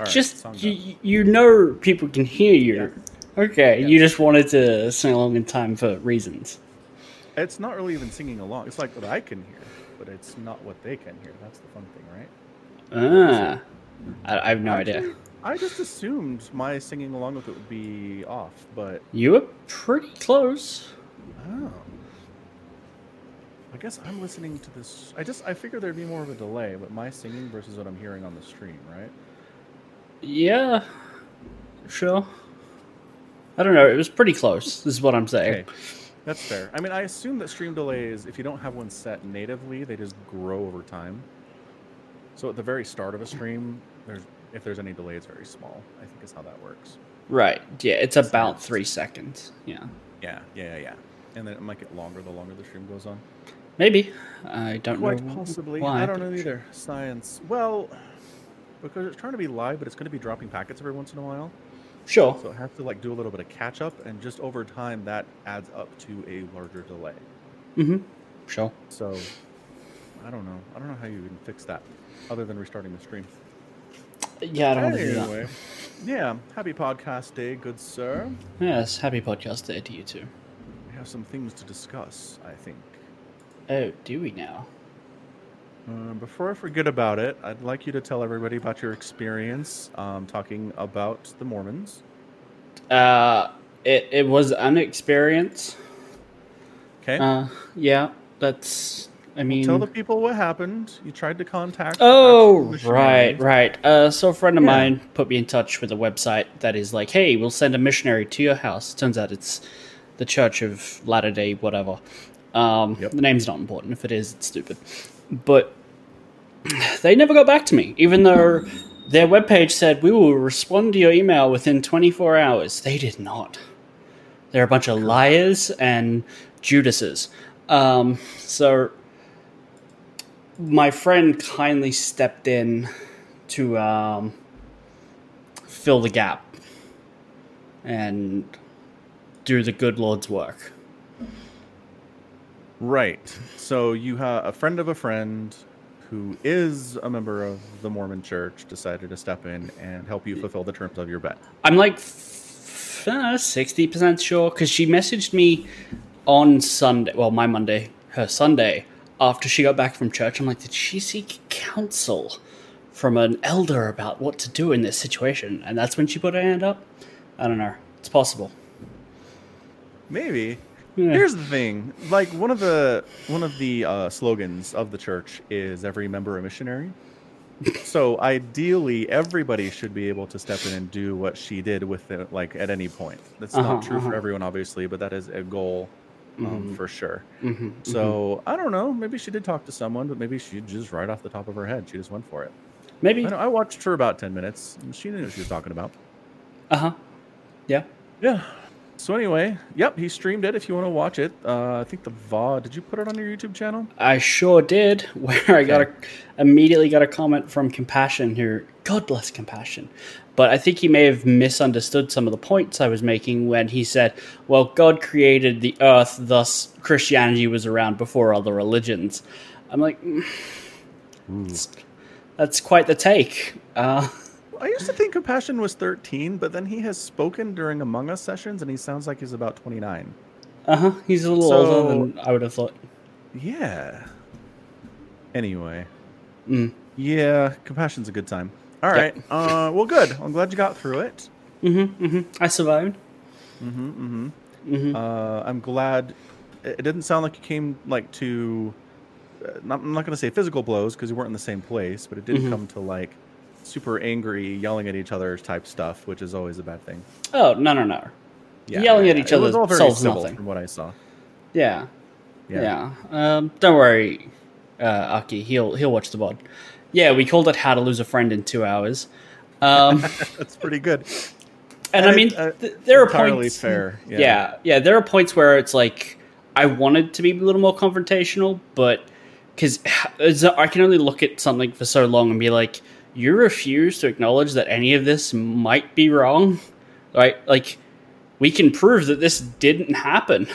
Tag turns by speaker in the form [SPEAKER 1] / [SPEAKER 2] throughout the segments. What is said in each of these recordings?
[SPEAKER 1] All right,
[SPEAKER 2] just
[SPEAKER 1] song's up.
[SPEAKER 2] you, you know people can hear you. Okay, you just wanted to sing along in time for reasons.
[SPEAKER 1] It's not really even singing along. It's like what I can hear, but it's not what they can hear. That's the fun thing, right?
[SPEAKER 2] Ah, I, I have no idea.
[SPEAKER 1] I just assumed my singing along with it would be off, but
[SPEAKER 2] You were pretty close.
[SPEAKER 1] oh. I guess I'm listening to this. I just I figured there'd be more of a delay, but my singing versus what I'm hearing on the stream, right?
[SPEAKER 2] Yeah, sure. I don't know. It was pretty close. This is what I'm saying.
[SPEAKER 1] Okay. That's fair. I mean, I assume that stream delays, if you don't have one set natively, they just grow over time. So at the very start of a stream, there's if there's any delay, it's very small. I think is how that works.
[SPEAKER 2] Right. Yeah, it's about three seconds. Yeah.
[SPEAKER 1] Yeah, yeah, yeah, yeah. And then it might get longer the longer the stream goes on.
[SPEAKER 2] Maybe. I don't
[SPEAKER 1] Quite
[SPEAKER 2] know.
[SPEAKER 1] possibly.
[SPEAKER 2] why,
[SPEAKER 1] I don't
[SPEAKER 2] but-
[SPEAKER 1] know either. Science. Well, because it's trying to be live, but it's going to be dropping packets every once in a while.
[SPEAKER 2] Sure.
[SPEAKER 1] So it has to like do a little bit of catch up, and just over time, that adds up to a larger delay.
[SPEAKER 2] Mm-hmm. Sure.
[SPEAKER 1] So I don't know. I don't know how you even fix that, other than restarting the stream.
[SPEAKER 2] Yeah, I don't want to do that.
[SPEAKER 1] Anyway, yeah. Happy podcast day, good sir.
[SPEAKER 2] Yes, happy podcast day to you too.
[SPEAKER 1] We have some things to discuss. I think.
[SPEAKER 2] Oh, do we now?
[SPEAKER 1] Uh, before I forget about it, I'd like you to tell everybody about your experience um, talking about the Mormons.
[SPEAKER 2] Uh, it, it was an experience.
[SPEAKER 1] Okay.
[SPEAKER 2] Uh, yeah, that's. I mean,
[SPEAKER 1] tell the people what happened. You tried to contact. the actual
[SPEAKER 2] Oh, right,
[SPEAKER 1] missionaries.
[SPEAKER 2] right. Uh, so a friend of
[SPEAKER 1] Yeah.
[SPEAKER 2] mine put me in touch with a website that is like, hey, we'll send a missionary to your house. Turns out it's the Church of Latter Day, whatever. Um,
[SPEAKER 1] Yep.
[SPEAKER 2] The name's not important. If it is, it's stupid. But they never got back to me, even though their webpage said we will respond to your email within 24 hours. They did not. They're a bunch of liars and Judases. Um, so my friend kindly stepped in to um, fill the gap and do the good Lord's work.
[SPEAKER 1] Right. So you have a friend of a friend who is a member of the Mormon Church decided to step in and help you fulfill the terms of your bet.
[SPEAKER 2] I'm like sixty percent sure because she messaged me on Sunday. Well, my Monday, her Sunday after she got back from church. I'm like, did she seek counsel from an elder about what to do in this situation? And that's when she put her hand up. I don't know. It's possible.
[SPEAKER 1] Maybe.
[SPEAKER 2] Yeah.
[SPEAKER 1] Here's the thing. Like one of the one of the uh, slogans of the church is every member a missionary. so ideally everybody should be able to step in and do what she did with it like at any point. That's
[SPEAKER 2] Uh-huh,
[SPEAKER 1] not true for
[SPEAKER 2] uh-huh.
[SPEAKER 1] everyone obviously, but that is a goal um, for sure.
[SPEAKER 2] Mm-hmm.
[SPEAKER 1] So I don't know. Maybe she did talk to someone, but maybe she just right off the top of her head, she just went for it.
[SPEAKER 2] Maybe.
[SPEAKER 1] I, know, I watched her about ten minutes. and She knew what she was talking about.
[SPEAKER 2] Uh huh. Yeah.
[SPEAKER 1] Yeah. So anyway, yep, he streamed it. If you want to watch it, uh, I think the VOD. Did you put it on your YouTube channel?
[SPEAKER 2] I sure did. Where I got a, immediately got a comment from Compassion, who God bless Compassion, but I think he may have misunderstood some of the points I was making when he said, "Well, God created the earth, thus Christianity was around before other religions." I'm like, mm, that's, that's quite the take. Uh,
[SPEAKER 1] I used to think Compassion was 13, but then he has spoken during Among Us sessions, and he sounds like he's about 29.
[SPEAKER 2] uh huh. He's a little
[SPEAKER 1] So-
[SPEAKER 2] older than I would have thought.
[SPEAKER 1] Yeah. Anyway.
[SPEAKER 2] Mm.
[SPEAKER 1] Yeah, Compassion's a good time. All
[SPEAKER 2] Yep.
[SPEAKER 1] right. Uh, well, good. I'm glad you got through it.
[SPEAKER 2] Mm-hmm, mm-hmm. I survived.
[SPEAKER 1] Uh, I'm glad. It it didn't sound like you came like to. uh, Not, I'm not going to say physical blows because you weren't in the same place, but it did
[SPEAKER 2] Mm-hmm.
[SPEAKER 1] come to like super angry, yelling at each other type stuff, which is always a bad thing.
[SPEAKER 2] Oh no no no! Yelling at each
[SPEAKER 1] It was
[SPEAKER 2] other
[SPEAKER 1] all very
[SPEAKER 2] solves
[SPEAKER 1] civil
[SPEAKER 2] nothing.
[SPEAKER 1] from what I saw.
[SPEAKER 2] Yeah.
[SPEAKER 1] Yeah.
[SPEAKER 2] Yeah. Um, don't worry, uh, Aki. He'll he'll watch the VOD. Yeah, we called it "How to Lose a Friend in Two Hours," um,
[SPEAKER 1] That's pretty good.
[SPEAKER 2] and I
[SPEAKER 1] And
[SPEAKER 2] mean,
[SPEAKER 1] it- uh,
[SPEAKER 2] th- there are
[SPEAKER 1] entirely
[SPEAKER 2] points.
[SPEAKER 1] fair, yeah.
[SPEAKER 2] Yeah. yeah, there are points where it's like I wanted to be a little more confrontational, but because I can only look at something for so long and be like, "You refuse to acknowledge that any of this might be wrong," right? Like, we can prove that this didn't happen.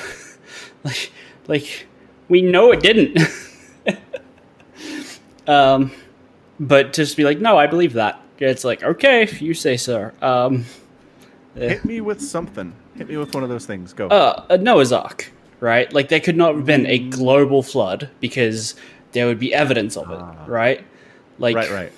[SPEAKER 2] like, like we know it didn't. um, but just be like, no, I believe that. It's like, okay, if you say so. Um,
[SPEAKER 1] Hit me with something. Hit me with one of those things. Go.
[SPEAKER 2] uh, a Noah's Ark, right? Like there could not have been
[SPEAKER 1] Hmm.
[SPEAKER 2] a global flood because there would be evidence of it,
[SPEAKER 1] Ah.
[SPEAKER 2] right? Like,
[SPEAKER 1] right, right.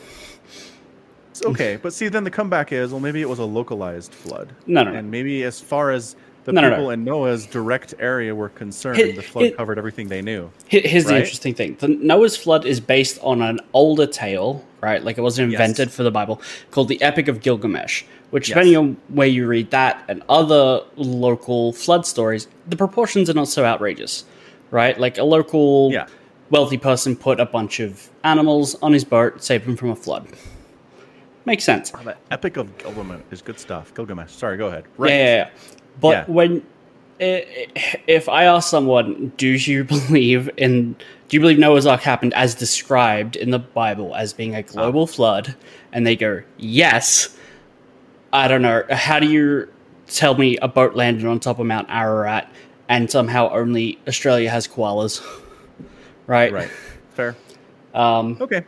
[SPEAKER 1] It's okay, but see, then the comeback is well, maybe it was a localized flood.
[SPEAKER 2] No, no, no.
[SPEAKER 1] And maybe as far as the
[SPEAKER 2] No, no, no.
[SPEAKER 1] people in Noah's direct area were concerned,
[SPEAKER 2] Hit-
[SPEAKER 1] the flood
[SPEAKER 2] hit-
[SPEAKER 1] covered everything they knew.
[SPEAKER 2] Here- Here's the
[SPEAKER 1] Right?
[SPEAKER 2] interesting thing: the Noah's flood is based on an older tale, right? Like it wasn't
[SPEAKER 1] Yes.
[SPEAKER 2] invented for the Bible, called the Epic of Gilgamesh. Which,
[SPEAKER 1] Yes.
[SPEAKER 2] depending on where you read that and other local flood stories, the proportions are not so outrageous, right? Like a local
[SPEAKER 1] Yeah.
[SPEAKER 2] wealthy person put a bunch of animals on his boat, saved them from a flood. Makes sense.
[SPEAKER 1] Oh, the Epic of Gilgamesh is good stuff. Gilgamesh. Sorry, go ahead. Right.
[SPEAKER 2] Yeah, yeah, yeah. But
[SPEAKER 1] Yeah.
[SPEAKER 2] when i- i- if I ask someone, do you believe in do you believe Noah's Ark happened as described in the Bible as being
[SPEAKER 1] Ah.
[SPEAKER 2] a global flood, and they go yes, I don't know. How do you tell me a boat landed on top of Mount Ararat and somehow only Australia has koalas, right?
[SPEAKER 1] Right. Fair.
[SPEAKER 2] Um,
[SPEAKER 1] Okay.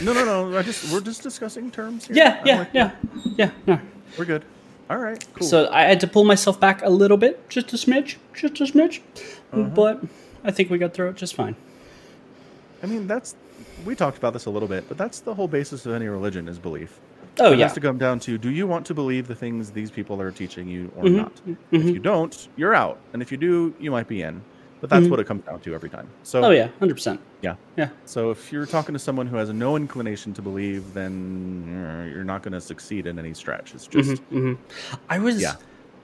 [SPEAKER 1] No, no, no. I just we're just discussing terms. Here.
[SPEAKER 2] yeah,
[SPEAKER 1] I'm
[SPEAKER 2] yeah,
[SPEAKER 1] like,
[SPEAKER 2] yeah, yeah, no.
[SPEAKER 1] We're good. All right. Cool.
[SPEAKER 2] So I had to pull myself back a little bit, just a smidge, just a smidge. But I think we got through it just fine.
[SPEAKER 1] I mean, that's we talked about this a little bit, but that's the whole basis of any religion is belief.
[SPEAKER 2] Oh
[SPEAKER 1] it
[SPEAKER 2] yeah,
[SPEAKER 1] has to come down to do you want to believe the things these people are teaching you or
[SPEAKER 2] Mm-hmm.
[SPEAKER 1] not? If you don't, you're out. And if you do, you might be in. But that's what it comes down to every time. So
[SPEAKER 2] Mm-hmm. oh yeah, hundred percent.
[SPEAKER 1] yeah.
[SPEAKER 2] Yeah,
[SPEAKER 1] So if you're talking to someone who has no inclination to believe, then uh, you're not going to succeed in any stretch. It's just
[SPEAKER 2] Mm-hmm. I was.
[SPEAKER 1] Yeah.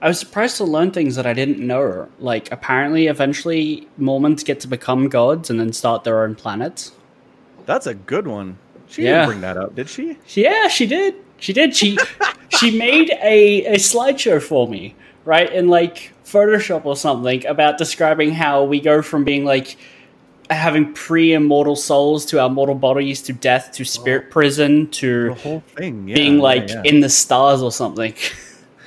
[SPEAKER 2] I was surprised to learn things that I didn't know. Like apparently, eventually Mormons get to become gods and then start their own planets.
[SPEAKER 1] that's a good one. She
[SPEAKER 2] Yeah.
[SPEAKER 1] didn't bring that up, did she?
[SPEAKER 2] Yeah, she did. She did. She she made a, a slideshow for me, right? In like Photoshop or something about describing how we go from being like having pre immortal souls to our mortal bodies to death to spirit prison to
[SPEAKER 1] The whole thing, Oh. yeah,
[SPEAKER 2] being
[SPEAKER 1] yeah,
[SPEAKER 2] like
[SPEAKER 1] yeah.
[SPEAKER 2] in the stars or something.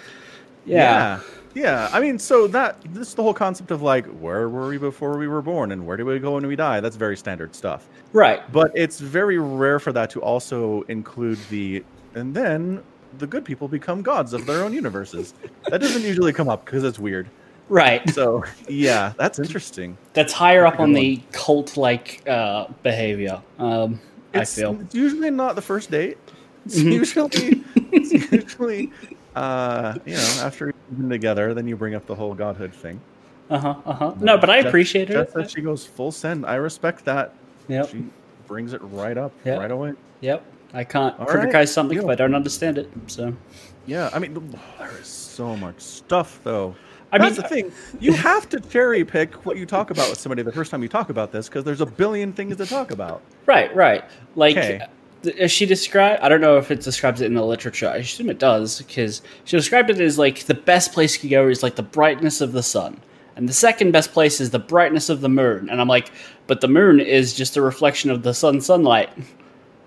[SPEAKER 2] yeah.
[SPEAKER 1] Yeah. I mean, so that this the whole concept of like where were we before we were born and where do we go when we die? That's very standard stuff.
[SPEAKER 2] Right.
[SPEAKER 1] But it's very rare for that to also include the and then the good people become gods of their own universes. that doesn't usually come up because it's weird.
[SPEAKER 2] Right.
[SPEAKER 1] So yeah, that's interesting.
[SPEAKER 2] That's higher up on
[SPEAKER 1] good
[SPEAKER 2] the cult like uh, behavior. Um, I
[SPEAKER 1] It's,
[SPEAKER 2] feel. Mm-hmm.
[SPEAKER 1] it's usually not the first date. It's usually it's usually uh, you know after you've been together, then you bring up the whole godhood thing.
[SPEAKER 2] Uh huh. Uh huh. No, but I
[SPEAKER 1] Just-
[SPEAKER 2] appreciate it.
[SPEAKER 1] Just that she goes full send. I respect that.
[SPEAKER 2] Yep.
[SPEAKER 1] She brings it right up,
[SPEAKER 2] Yep.
[SPEAKER 1] right away.
[SPEAKER 2] Yep. I can't
[SPEAKER 1] All right,
[SPEAKER 2] criticize something if
[SPEAKER 1] deal.
[SPEAKER 2] I don't understand it. So
[SPEAKER 1] Yeah, I mean, there is so much stuff, though.
[SPEAKER 2] I
[SPEAKER 1] I
[SPEAKER 2] mean-
[SPEAKER 1] That's mean, the thing. You have to cherry pick what you talk about with somebody the first time you talk about this because there's a billion things to talk about.
[SPEAKER 2] right, right. Like uh,
[SPEAKER 1] Okay.
[SPEAKER 2] th- as she described, I don't know if it describes it in the literature. I assume it does because she described it as like the best place you could go is like the brightness of the sun, and the second best place is the brightness of the moon. And I'm like, but the moon is just a reflection of the sun sunlight.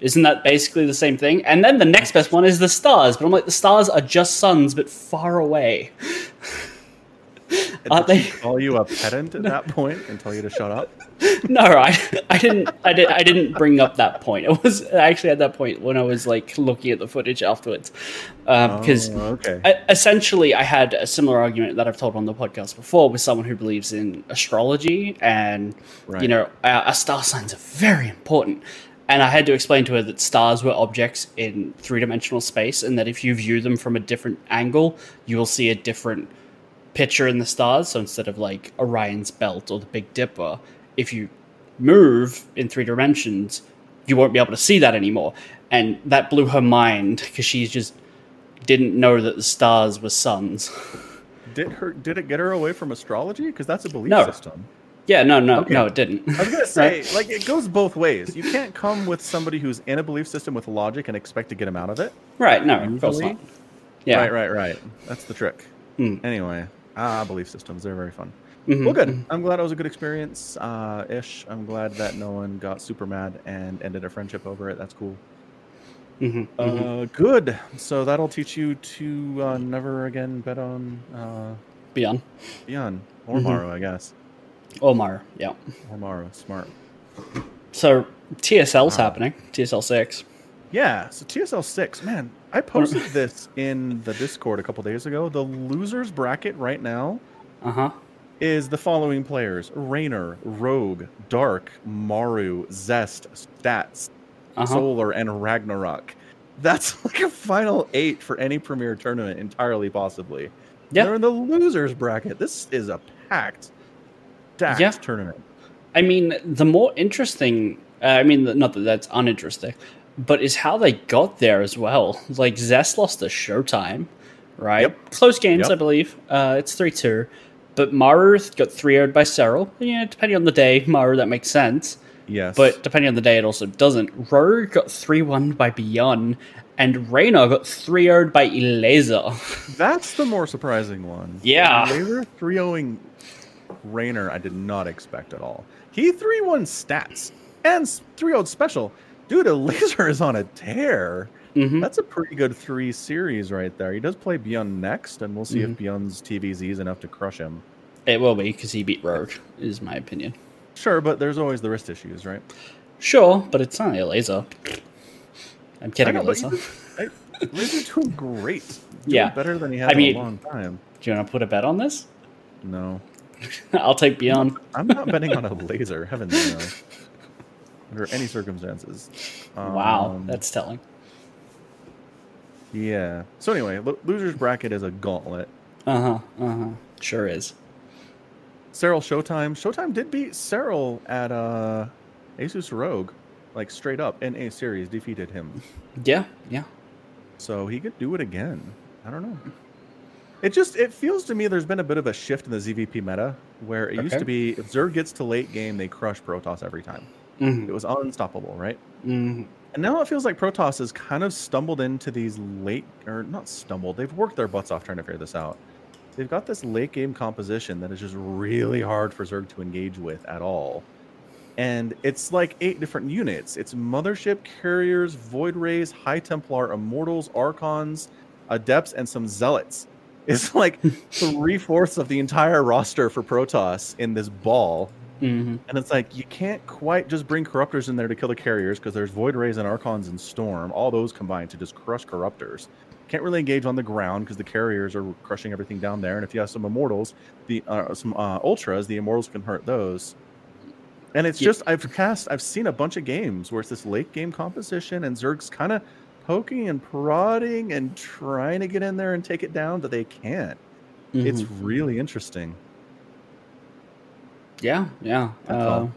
[SPEAKER 2] Isn't that basically the same thing? And then the next best one is the stars, but I'm like, the stars are just suns, but far away. Aren't
[SPEAKER 1] Did
[SPEAKER 2] they-
[SPEAKER 1] she call you a pedant at that point and tell you to shut up?
[SPEAKER 2] No, I, I didn't, I did, I didn't bring up that point. It was I actually at that point when I was like looking at the footage afterwards, because
[SPEAKER 1] Oh, okay.
[SPEAKER 2] essentially I had a similar argument that I've told on the podcast before with someone who believes in astrology and you
[SPEAKER 1] Right.
[SPEAKER 2] know our, our star signs are very important, and I had to explain to her that stars were objects in three dimensional space and that if you view them from a different angle, you will see a different picture in the stars. So instead of like Orion's belt or the Big Dipper, if you move in three dimensions, you won't be able to see that anymore. And that blew her mind because she just didn't know that the stars were suns.
[SPEAKER 1] Did her? Did it get her away from astrology? Because that's a belief
[SPEAKER 2] No.
[SPEAKER 1] system.
[SPEAKER 2] Yeah, no, no,
[SPEAKER 1] Okay.
[SPEAKER 2] no, it didn't.
[SPEAKER 1] I was gonna say, like, it goes both ways. You can't come with somebody who's in a belief system with logic and expect to get them out of it.
[SPEAKER 2] right, no, of course
[SPEAKER 1] Usually-
[SPEAKER 2] not. Yeah,
[SPEAKER 1] Right, right, right. That's the trick.
[SPEAKER 2] Mm.
[SPEAKER 1] Anyway, ah, belief systems, they're very fun.
[SPEAKER 2] Mhm,
[SPEAKER 1] Well, good. I'm glad it was a good experience. Uh, ish. I'm glad that no one got super mad and ended a friendship over it. That's cool.
[SPEAKER 2] mhm,
[SPEAKER 1] Uh,
[SPEAKER 2] mhm.
[SPEAKER 1] Good. So that'll teach you to uh, never again bet on uh,
[SPEAKER 2] Beyond
[SPEAKER 1] Beyond or
[SPEAKER 2] Mhm.
[SPEAKER 1] Morrow, I guess.
[SPEAKER 2] Omar, yeah.
[SPEAKER 1] Or Morrow, smart.
[SPEAKER 2] So TSL's
[SPEAKER 1] Wow.
[SPEAKER 2] happening, TSL six.
[SPEAKER 1] Yeah, so TSL six, man, I posted this in the Discord a couple days ago. The losers bracket right now
[SPEAKER 2] Uh
[SPEAKER 1] Uh-huh,
[SPEAKER 2] huh.
[SPEAKER 1] is the following players: Rainer, Rogue, Dark, Maru, Zest, Stats,
[SPEAKER 2] Uh huh.
[SPEAKER 1] Solar, and Ragnarok. That's like a final eight for any premier tournament, entirely possibly.
[SPEAKER 2] Yeah.
[SPEAKER 1] They're in the losers bracket. This is a packed, stacked
[SPEAKER 2] Yeah.
[SPEAKER 1] tournament.
[SPEAKER 2] I mean, the more interesting, uh, I mean, not that that's uninteresting, but is how they got there as well. Like, Zest lost to Showtime, right?
[SPEAKER 1] Yep.
[SPEAKER 2] Close games,
[SPEAKER 1] Yep.
[SPEAKER 2] I believe. Uh, it's 3 2. But Maru got 3 0 by Cyril. Yeah, depending on the day, Maru, that makes sense.
[SPEAKER 1] Yes,
[SPEAKER 2] But depending on the day, it also doesn't. Rogue got 3 1 by Beyond, and Reyna got 3 0 by Eleza.
[SPEAKER 1] That's the more surprising one.
[SPEAKER 2] Yeah.
[SPEAKER 1] They were 3 0ing Rainer, I did not expect at all. He 3 1 stats and 3 0 special. Dude, a laser is on a tear.
[SPEAKER 2] Mhm.
[SPEAKER 1] That's a pretty good three series right there. He does play Beyond next, and we'll see
[SPEAKER 2] Mm-hmm.
[SPEAKER 1] if Beyond's TVZ is enough to crush him.
[SPEAKER 2] It will be, because he beat Rogue, is my opinion.
[SPEAKER 1] Sure, but there's always the wrist issues, right?
[SPEAKER 2] Sure, but it's not a laser. I'm kidding,
[SPEAKER 1] know, but you
[SPEAKER 2] Elisa.
[SPEAKER 1] I, Razor's doing great. Doing
[SPEAKER 2] Yeah.
[SPEAKER 1] Better than he has
[SPEAKER 2] I
[SPEAKER 1] in
[SPEAKER 2] mean-
[SPEAKER 1] a long time.
[SPEAKER 2] Do you want to put a bet on this?
[SPEAKER 1] No.
[SPEAKER 2] I'll take Beyond.
[SPEAKER 1] I'm not betting on a laser. Heavens no. Under any circumstances.
[SPEAKER 2] wow,
[SPEAKER 1] Um,
[SPEAKER 2] that's telling.
[SPEAKER 1] yeah. So anyway, lo- losers bracket is a gauntlet.
[SPEAKER 2] Uh huh. Uh huh. Sure is.
[SPEAKER 1] Cyril Showtime. Showtime did beat Cyril at uh, Asus Rogue, like straight up in a series, defeated him.
[SPEAKER 2] Yeah. Yeah.
[SPEAKER 1] So he could do it again. I don't know. It just it feels to me there's been a bit of a shift in the ZVP meta where it used
[SPEAKER 2] Okay.
[SPEAKER 1] to be if Zerg gets to late game they crush Protoss every time. It
[SPEAKER 2] Mm-hmm.
[SPEAKER 1] was unstoppable, right?
[SPEAKER 2] hmm
[SPEAKER 1] And now it feels like Protoss has kind of stumbled into these late, or not stumbled, they've worked their butts off trying to figure this out. They've got this late game composition that is just really hard for Zerg to engage with at all. And it's like eight different units it's Mothership, Carriers, Void Rays, High Templar, Immortals, Archons, Adepts, and some Zealots. It's like three fourths of the entire roster for Protoss in this ball.
[SPEAKER 2] hmm
[SPEAKER 1] And it's like you can't quite just bring corruptors in there to kill the carriers because there's void rays and archons and storm, all those combined to just crush corruptors. Can't really engage on the ground because the carriers are crushing everything down there. And if you have some immortals, the uh, some uh, ultras, the immortals can hurt those. And it's
[SPEAKER 2] Ye-
[SPEAKER 1] just I've cast I've seen a bunch of games where it's this late game composition and Zerg's kind of poking and prodding and trying to get in there and take it down, but they can't.
[SPEAKER 2] mm-hmm.
[SPEAKER 1] It's really interesting.
[SPEAKER 2] yeah. Yeah.
[SPEAKER 1] That's
[SPEAKER 2] uh,
[SPEAKER 1] all.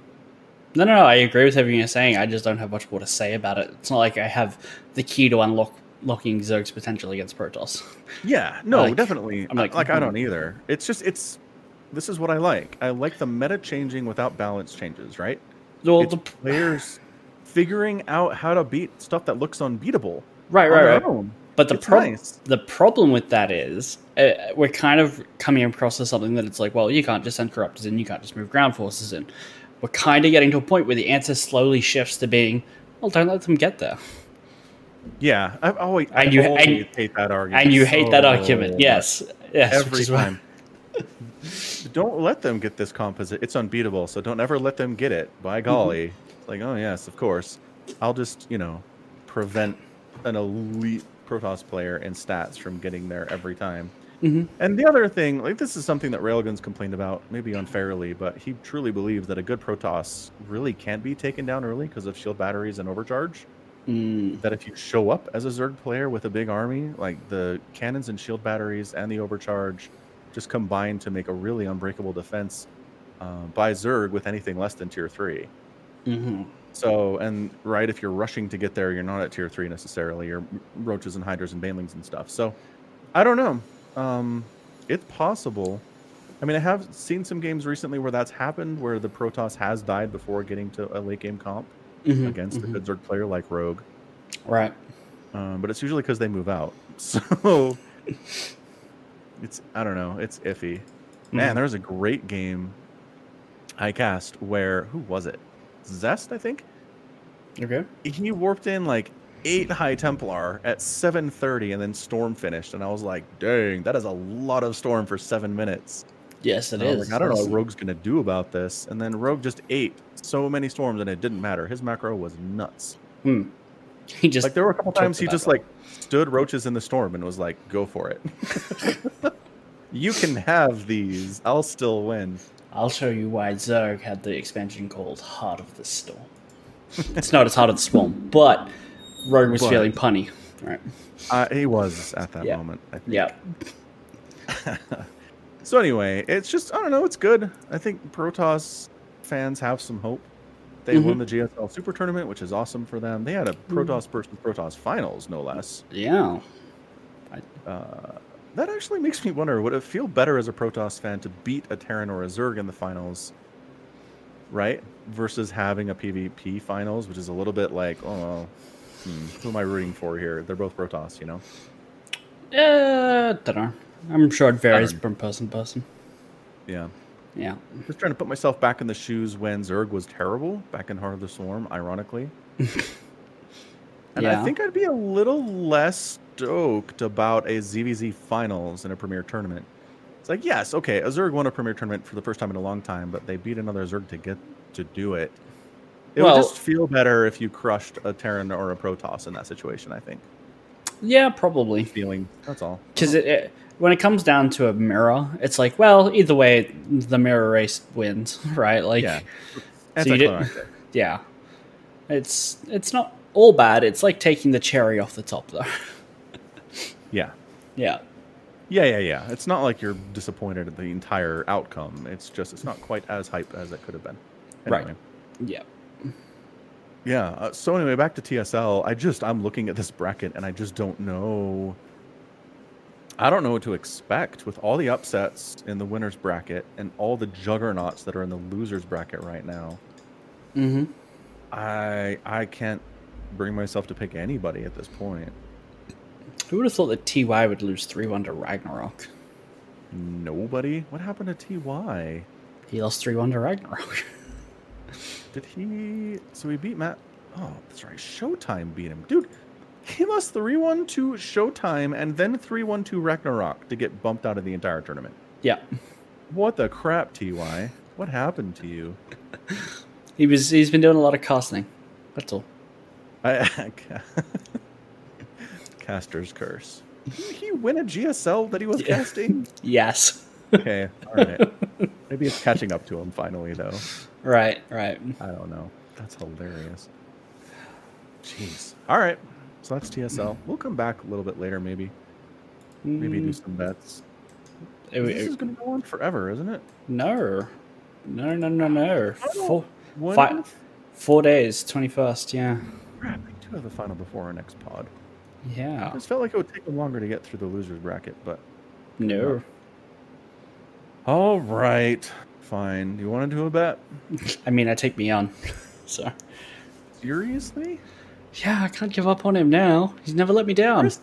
[SPEAKER 2] No, no, no. I agree with everything you're saying. I just don't have much more to say about it. It's not like I have the key to unlock locking Zerg's potential against Protoss.
[SPEAKER 1] Yeah, no,
[SPEAKER 2] Like,
[SPEAKER 1] definitely.
[SPEAKER 2] I'm
[SPEAKER 1] I'm
[SPEAKER 2] like,
[SPEAKER 1] like, I
[SPEAKER 2] hmm.
[SPEAKER 1] don't either. It's just it's this is what I like. I like the meta changing without balance changes, right?
[SPEAKER 2] Well,
[SPEAKER 1] it's
[SPEAKER 2] the,
[SPEAKER 1] players figuring out how to beat stuff that looks unbeatable.
[SPEAKER 2] right,
[SPEAKER 1] on
[SPEAKER 2] right,
[SPEAKER 1] their
[SPEAKER 2] right.
[SPEAKER 1] own.
[SPEAKER 2] But the
[SPEAKER 1] It's
[SPEAKER 2] problem,
[SPEAKER 1] nice.
[SPEAKER 2] the problem with that is uh, we're kind of coming across as something that it's like, well, you can't just send corruptors in, you can't just move ground forces in. We're kind of getting to a point where the answer slowly shifts to being, well, don't let them get there,
[SPEAKER 1] Yeah, I've always I
[SPEAKER 2] And you- and-
[SPEAKER 1] always hate that argument.
[SPEAKER 2] and you hate that
[SPEAKER 1] so
[SPEAKER 2] argument.
[SPEAKER 1] much.
[SPEAKER 2] Yes, yes, which
[SPEAKER 1] Oh, every
[SPEAKER 2] is why-
[SPEAKER 1] time. don't let them get this composite. It's unbeatable. So don't ever let them get it. By
[SPEAKER 2] Mm-hmm.
[SPEAKER 1] golly, It's like oh yes, of course. I'll just you know prevent an elite Protoss player in stats from getting there every time.
[SPEAKER 2] Mhm.
[SPEAKER 1] And the other thing, like this is something that Railgun's complained about, maybe unfairly, but he truly believes that a good Protoss really can be taken down early because of shield batteries and overcharge
[SPEAKER 2] Mm,
[SPEAKER 1] that if you show up as a Zerg player with a big army, like the cannons and shield batteries and the overcharge just combine to make a really unbreakable defense uh, by Zerg with anything less than tier three.
[SPEAKER 2] mhm.
[SPEAKER 1] So, and right, if you're rushing to get there, you're not at tier three necessarily. You're roaches and hydras and banelings and stuff. So, I don't know. Um, it's possible. I mean, I have seen some games recently where that's happened, where the Protoss has died before getting to a late game comp
[SPEAKER 2] Mhm,
[SPEAKER 1] against
[SPEAKER 2] mhm.
[SPEAKER 1] a good Zerg player like Rogue
[SPEAKER 2] right.
[SPEAKER 1] um, but it's usually because they move out. So it's I don't know, it's iffy. Man,
[SPEAKER 2] Mhm.
[SPEAKER 1] there was a great game I cast where who was it? Zest, I think.
[SPEAKER 2] Okay.
[SPEAKER 1] He warped in like eight High Templar at 7:30, and then Storm finished, and I was like, dang, that is a lot of Storm for seven minutes.
[SPEAKER 2] Yes, it
[SPEAKER 1] And I
[SPEAKER 2] is.
[SPEAKER 1] was like, I don't know
[SPEAKER 2] That's-
[SPEAKER 1] what Rogue's gonna do about this, and then Rogue just ate so many storms, and it didn't matter. His macro was nuts.
[SPEAKER 2] Hmm. He just
[SPEAKER 1] Like there were a couple
[SPEAKER 2] talked
[SPEAKER 1] times he
[SPEAKER 2] about
[SPEAKER 1] just
[SPEAKER 2] that.
[SPEAKER 1] like stood roaches in the storm and was like, "Go for it. you can have these. I'll still win."
[SPEAKER 2] I'll show you why Zerg had the expansion called Heart of the Storm. it's not as Heart of the Storm, but Rogue was
[SPEAKER 1] But-
[SPEAKER 2] feeling punny. Right.
[SPEAKER 1] Uh, he was at that
[SPEAKER 2] Yeah.
[SPEAKER 1] moment. I think.
[SPEAKER 2] Yeah.
[SPEAKER 1] So anyway, it's just I don't know. It's good. I think Protoss fans have some hope. They
[SPEAKER 2] Mm-hmm.
[SPEAKER 1] won the GSL Super Tournament, which is awesome for them. They had a Protoss versus Protoss finals, no less.
[SPEAKER 2] Yeah.
[SPEAKER 1] Uh, that actually makes me wonder: Would it feel better as a Protoss fan to beat a Terran or a Zerg in the finals, right? Versus having a PvP finals, which is a little bit like, oh, hmm, who am I rooting for here? They're both Protoss, you know.
[SPEAKER 2] Uh, don't know. I'm sure it varies
[SPEAKER 1] know.
[SPEAKER 2] from person to person.
[SPEAKER 1] Yeah.
[SPEAKER 2] Yeah.
[SPEAKER 1] Just trying to put myself back in the shoes when Zerg was terrible back in Heart of the Swarm, ironically. and
[SPEAKER 2] Yeah.
[SPEAKER 1] I think I'd be a little less stoked about a ZVZ finals in a Premier tournament. It's like, yes, okay, a Zerg won a Premier tournament for the first time in a long time, but they beat another Zerg to get to do it. It
[SPEAKER 2] Well-
[SPEAKER 1] would just feel better if you crushed a Terran or a Protoss in that situation, I think.
[SPEAKER 2] Yeah, probably.
[SPEAKER 1] Feeling, that's all.
[SPEAKER 2] Because it, it, when it comes down to a mirror, it's like, well, either way, the mirror race wins, right? Like,
[SPEAKER 1] Yeah.
[SPEAKER 2] So you didn't-
[SPEAKER 1] Anticlimactic.
[SPEAKER 2] yeah. It's it's not all bad. It's like taking the cherry off the top, though.
[SPEAKER 1] Yeah.
[SPEAKER 2] yeah.
[SPEAKER 1] Yeah, yeah, yeah. It's not like you're disappointed at the entire outcome. It's just it's not quite as hype as it could have been.
[SPEAKER 2] Right.
[SPEAKER 1] Anyway,
[SPEAKER 2] Yeah.
[SPEAKER 1] Yeah. Uh, so anyway, back to TSL. I just I'm looking at this bracket and I just don't know. I don't know what to expect with all the upsets in the winners bracket and all the juggernauts that are in the losers bracket right now.
[SPEAKER 2] Mm-hmm.
[SPEAKER 1] I I can't bring myself to pick anybody at this point.
[SPEAKER 2] Who would have thought that TY would lose 3 1 to Ragnarok?
[SPEAKER 1] Nobody. What happened to Ty?
[SPEAKER 2] He lost 3 1 to Ragnarok.
[SPEAKER 1] Did he? So he beat Matt. Oh, that's right. Showtime beat him, dude. He lost three one to Showtime and then three one to Ragnarok to get bumped out of the entire tournament.
[SPEAKER 2] yeah.
[SPEAKER 1] What the crap, Ty? What happened to you?
[SPEAKER 2] He was, he's been doing a lot of casting. That's all.
[SPEAKER 1] I, caster's curse. Didn't he win a GSL that he was
[SPEAKER 2] Yeah.
[SPEAKER 1] casting?
[SPEAKER 2] Yes.
[SPEAKER 1] Okay, all right. Maybe it's catching up to him finally, though.
[SPEAKER 2] Right, right.
[SPEAKER 1] I don't know. That's hilarious. Jeez. All right. So that's TSL. We'll come back a little bit later, maybe. Maybe do
[SPEAKER 2] Mm,
[SPEAKER 1] some bets.
[SPEAKER 2] it-
[SPEAKER 1] This is
[SPEAKER 2] it-
[SPEAKER 1] going to go on forever, isn't it?
[SPEAKER 2] no. No, no, no, no.
[SPEAKER 1] don't-
[SPEAKER 2] Four,
[SPEAKER 1] One
[SPEAKER 2] Fi- four days, 21st, yeah.
[SPEAKER 1] crap. I do have the final before our next pod.
[SPEAKER 2] Yeah.
[SPEAKER 1] It felt like it would take them longer to get through the losers bracket, but
[SPEAKER 2] No.
[SPEAKER 1] all right, fine. You want to do a bet?
[SPEAKER 2] I mean, I take me on. so.
[SPEAKER 1] Seriously?
[SPEAKER 2] Yeah, I can't give up on him now. He's never let me down.
[SPEAKER 1] Wrist,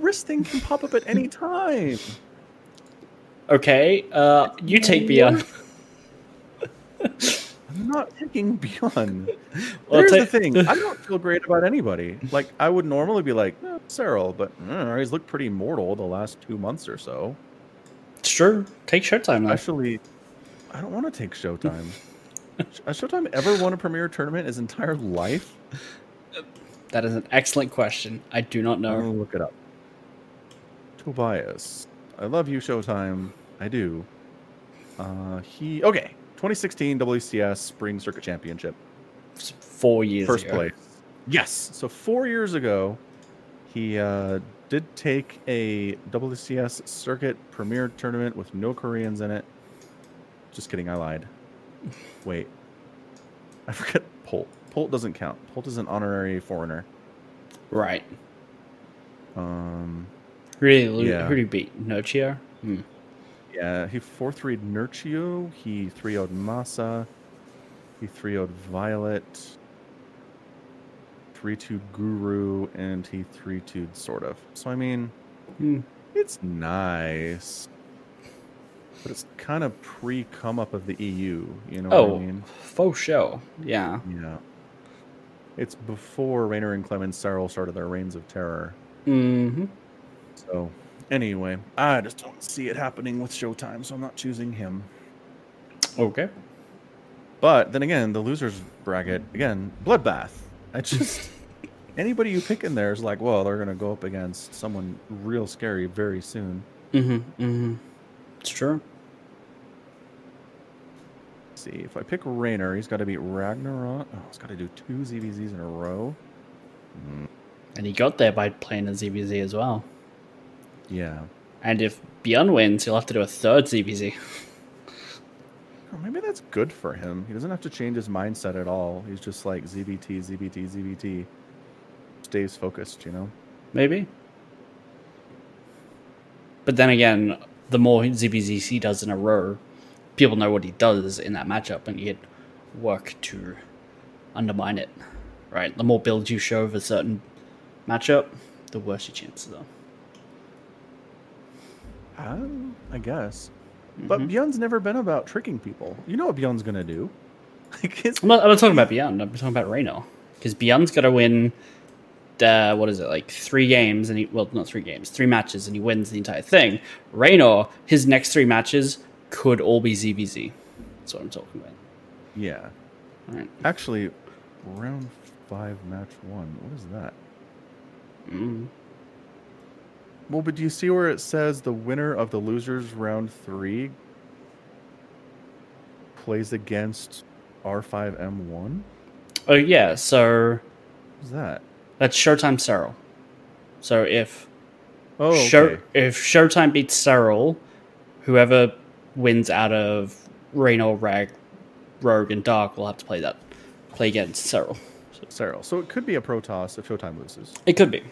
[SPEAKER 1] wrist thing can pop up at any time.
[SPEAKER 2] Okay, uh, you take me on.
[SPEAKER 1] I'm not taking Bjorn.
[SPEAKER 2] Well,
[SPEAKER 1] There's the
[SPEAKER 2] take-
[SPEAKER 1] thing. I don't feel great about anybody. Like I would normally be like eh, Cyril, but I don't know, he's looked pretty mortal the last two months or so.
[SPEAKER 2] It's true. Take Showtime, though.
[SPEAKER 1] Actually, I don't want to take Showtime. Has Showtime ever won a Premier tournament his entire life?
[SPEAKER 2] That is an excellent question. I do not
[SPEAKER 1] I'm
[SPEAKER 2] know.
[SPEAKER 1] gonna look it up. Tobias, I love you, Showtime. I do. Uh, he okay. 2016 WCS Spring Circuit Championship.
[SPEAKER 2] It's Four years
[SPEAKER 1] first
[SPEAKER 2] ago.
[SPEAKER 1] place. Yes. So four years ago, he uh, did take a WCS circuit premier tournament with no Koreans in it. Just kidding, I lied. Wait, I forget Polt. Polt doesn't count. Polt is an honorary foreigner.
[SPEAKER 2] Right.
[SPEAKER 1] Um,
[SPEAKER 2] Really?
[SPEAKER 1] Yeah.
[SPEAKER 2] Who do you beat? Nochio? Hmm.
[SPEAKER 1] yeah, he four three Nurchio. He three would Masa. He three would Violet. Three two Guru, and he three two sort of. So I mean.
[SPEAKER 2] Hmm.
[SPEAKER 1] It's nice, but it's kind of pre come up of the EU. You know
[SPEAKER 2] Oh,
[SPEAKER 1] what I mean?
[SPEAKER 2] faux show. Yeah.
[SPEAKER 1] Yeah. It's before Rainer and Clemens Cyril started their reigns of terror.
[SPEAKER 2] Mm-hmm.
[SPEAKER 1] So, anyway, I just don't see it happening with Showtime, so I'm not choosing him.
[SPEAKER 2] Okay.
[SPEAKER 1] But then again, the losers bracket again bloodbath. I just anybody you pick in there is like, well, they're going to go up against someone real scary very soon.
[SPEAKER 2] Mm-hmm. Mm-hmm. It's true.
[SPEAKER 1] Let's see, if I pick Raynor, he's got to beat Ragnarok. Oh, he's got to do two ZVZs in a row. Mm,
[SPEAKER 2] And he got there by playing a ZBZ as well.
[SPEAKER 1] yeah.
[SPEAKER 2] And if Bjorn wins, he'll have to do a third ZBZ.
[SPEAKER 1] Or Oh, maybe that's good for him. He doesn't have to change his mindset at all. He's just like ZBT, ZBT, ZBT. Stays focused, you know?
[SPEAKER 2] Maybe. But then again, the more ZBZs he does in a row, people know what he does in that matchup and you can work to undermine it. Right? The more builds you show of a certain matchup, the worse your chances are.
[SPEAKER 1] Um, I guess. But Bjorn's never been about tricking people. You know what Bjorn's going to do. Like his,
[SPEAKER 2] I'm not, I'm not talking about Beyond, I'm talking about Reno. Because Beyond's got to win, uh, what is it, like three games, and he, well, not three games, three matches, and he wins the entire thing. Reno, his next three matches could all be ZBZ. That's what I'm talking about.
[SPEAKER 1] yeah.
[SPEAKER 2] All right.
[SPEAKER 1] Actually, round five, match one. What is that?
[SPEAKER 2] Mm.
[SPEAKER 1] Well, but do you see where it says the winner of the losers round three plays against R5M1?
[SPEAKER 2] Oh yeah, so
[SPEAKER 1] What's that?
[SPEAKER 2] that's Showtime Cyril. So if
[SPEAKER 1] Oh, okay.
[SPEAKER 2] Show, if Showtime beats Cyril, whoever wins out of Reno, Rag, Rogue, and Dark will have to play that play against Cyril. So
[SPEAKER 1] Cyril. So it could be a Protoss if Showtime loses.
[SPEAKER 2] it could be.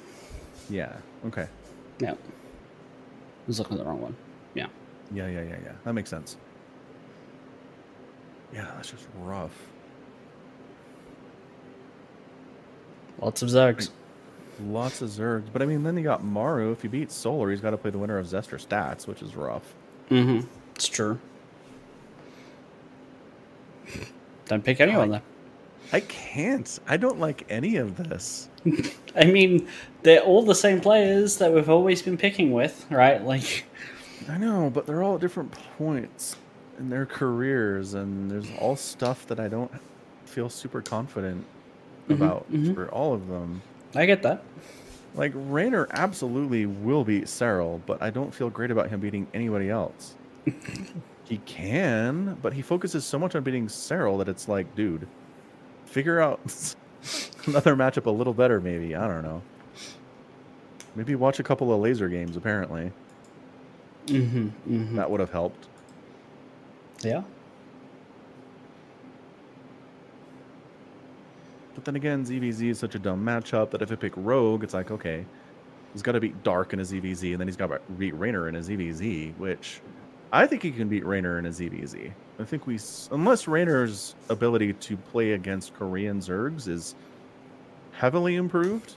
[SPEAKER 1] Yeah. Okay.
[SPEAKER 2] Yeah, I was looking at the wrong one. Yeah,
[SPEAKER 1] Yeah, yeah, yeah, yeah. That makes sense. Yeah, that's just rough.
[SPEAKER 2] lots of Zergs.
[SPEAKER 1] Lots of Zergs. But I mean, then you got Maru. If you beat Solar, he's got to play the winner of Zester Stats, which is rough.
[SPEAKER 2] Mm-hmm. It's true. Don't pick anyone though.
[SPEAKER 1] I can't. I don't like any of this.
[SPEAKER 2] I mean, they're all the same players that we've always been picking with, right? Like.
[SPEAKER 1] I know, but they're all at different points in their careers, and there's all stuff that I don't feel super confident about for all of them.
[SPEAKER 2] I get that.
[SPEAKER 1] Like Raynor absolutely will beat Cyril, but I don't feel great about him beating anybody else. he can, but he focuses so much on beating Cyril that it's like, dude, figure out another matchup a little better, maybe. I don't know. Maybe watch a couple of laser games, apparently.
[SPEAKER 2] Mm-hmm. Mm-hmm.
[SPEAKER 1] That would have helped.
[SPEAKER 2] Yeah.
[SPEAKER 1] But then again, ZVZ is such a dumb matchup that if I pick Rogue, it's like, okay, he's got to beat Dark in a ZVZ, and then he's got to beat Raynor in a ZVZ, which I think he can beat Raynor in a ZVZ. I think we, s- unless Raynor's ability to play against Korean Zergs is heavily improved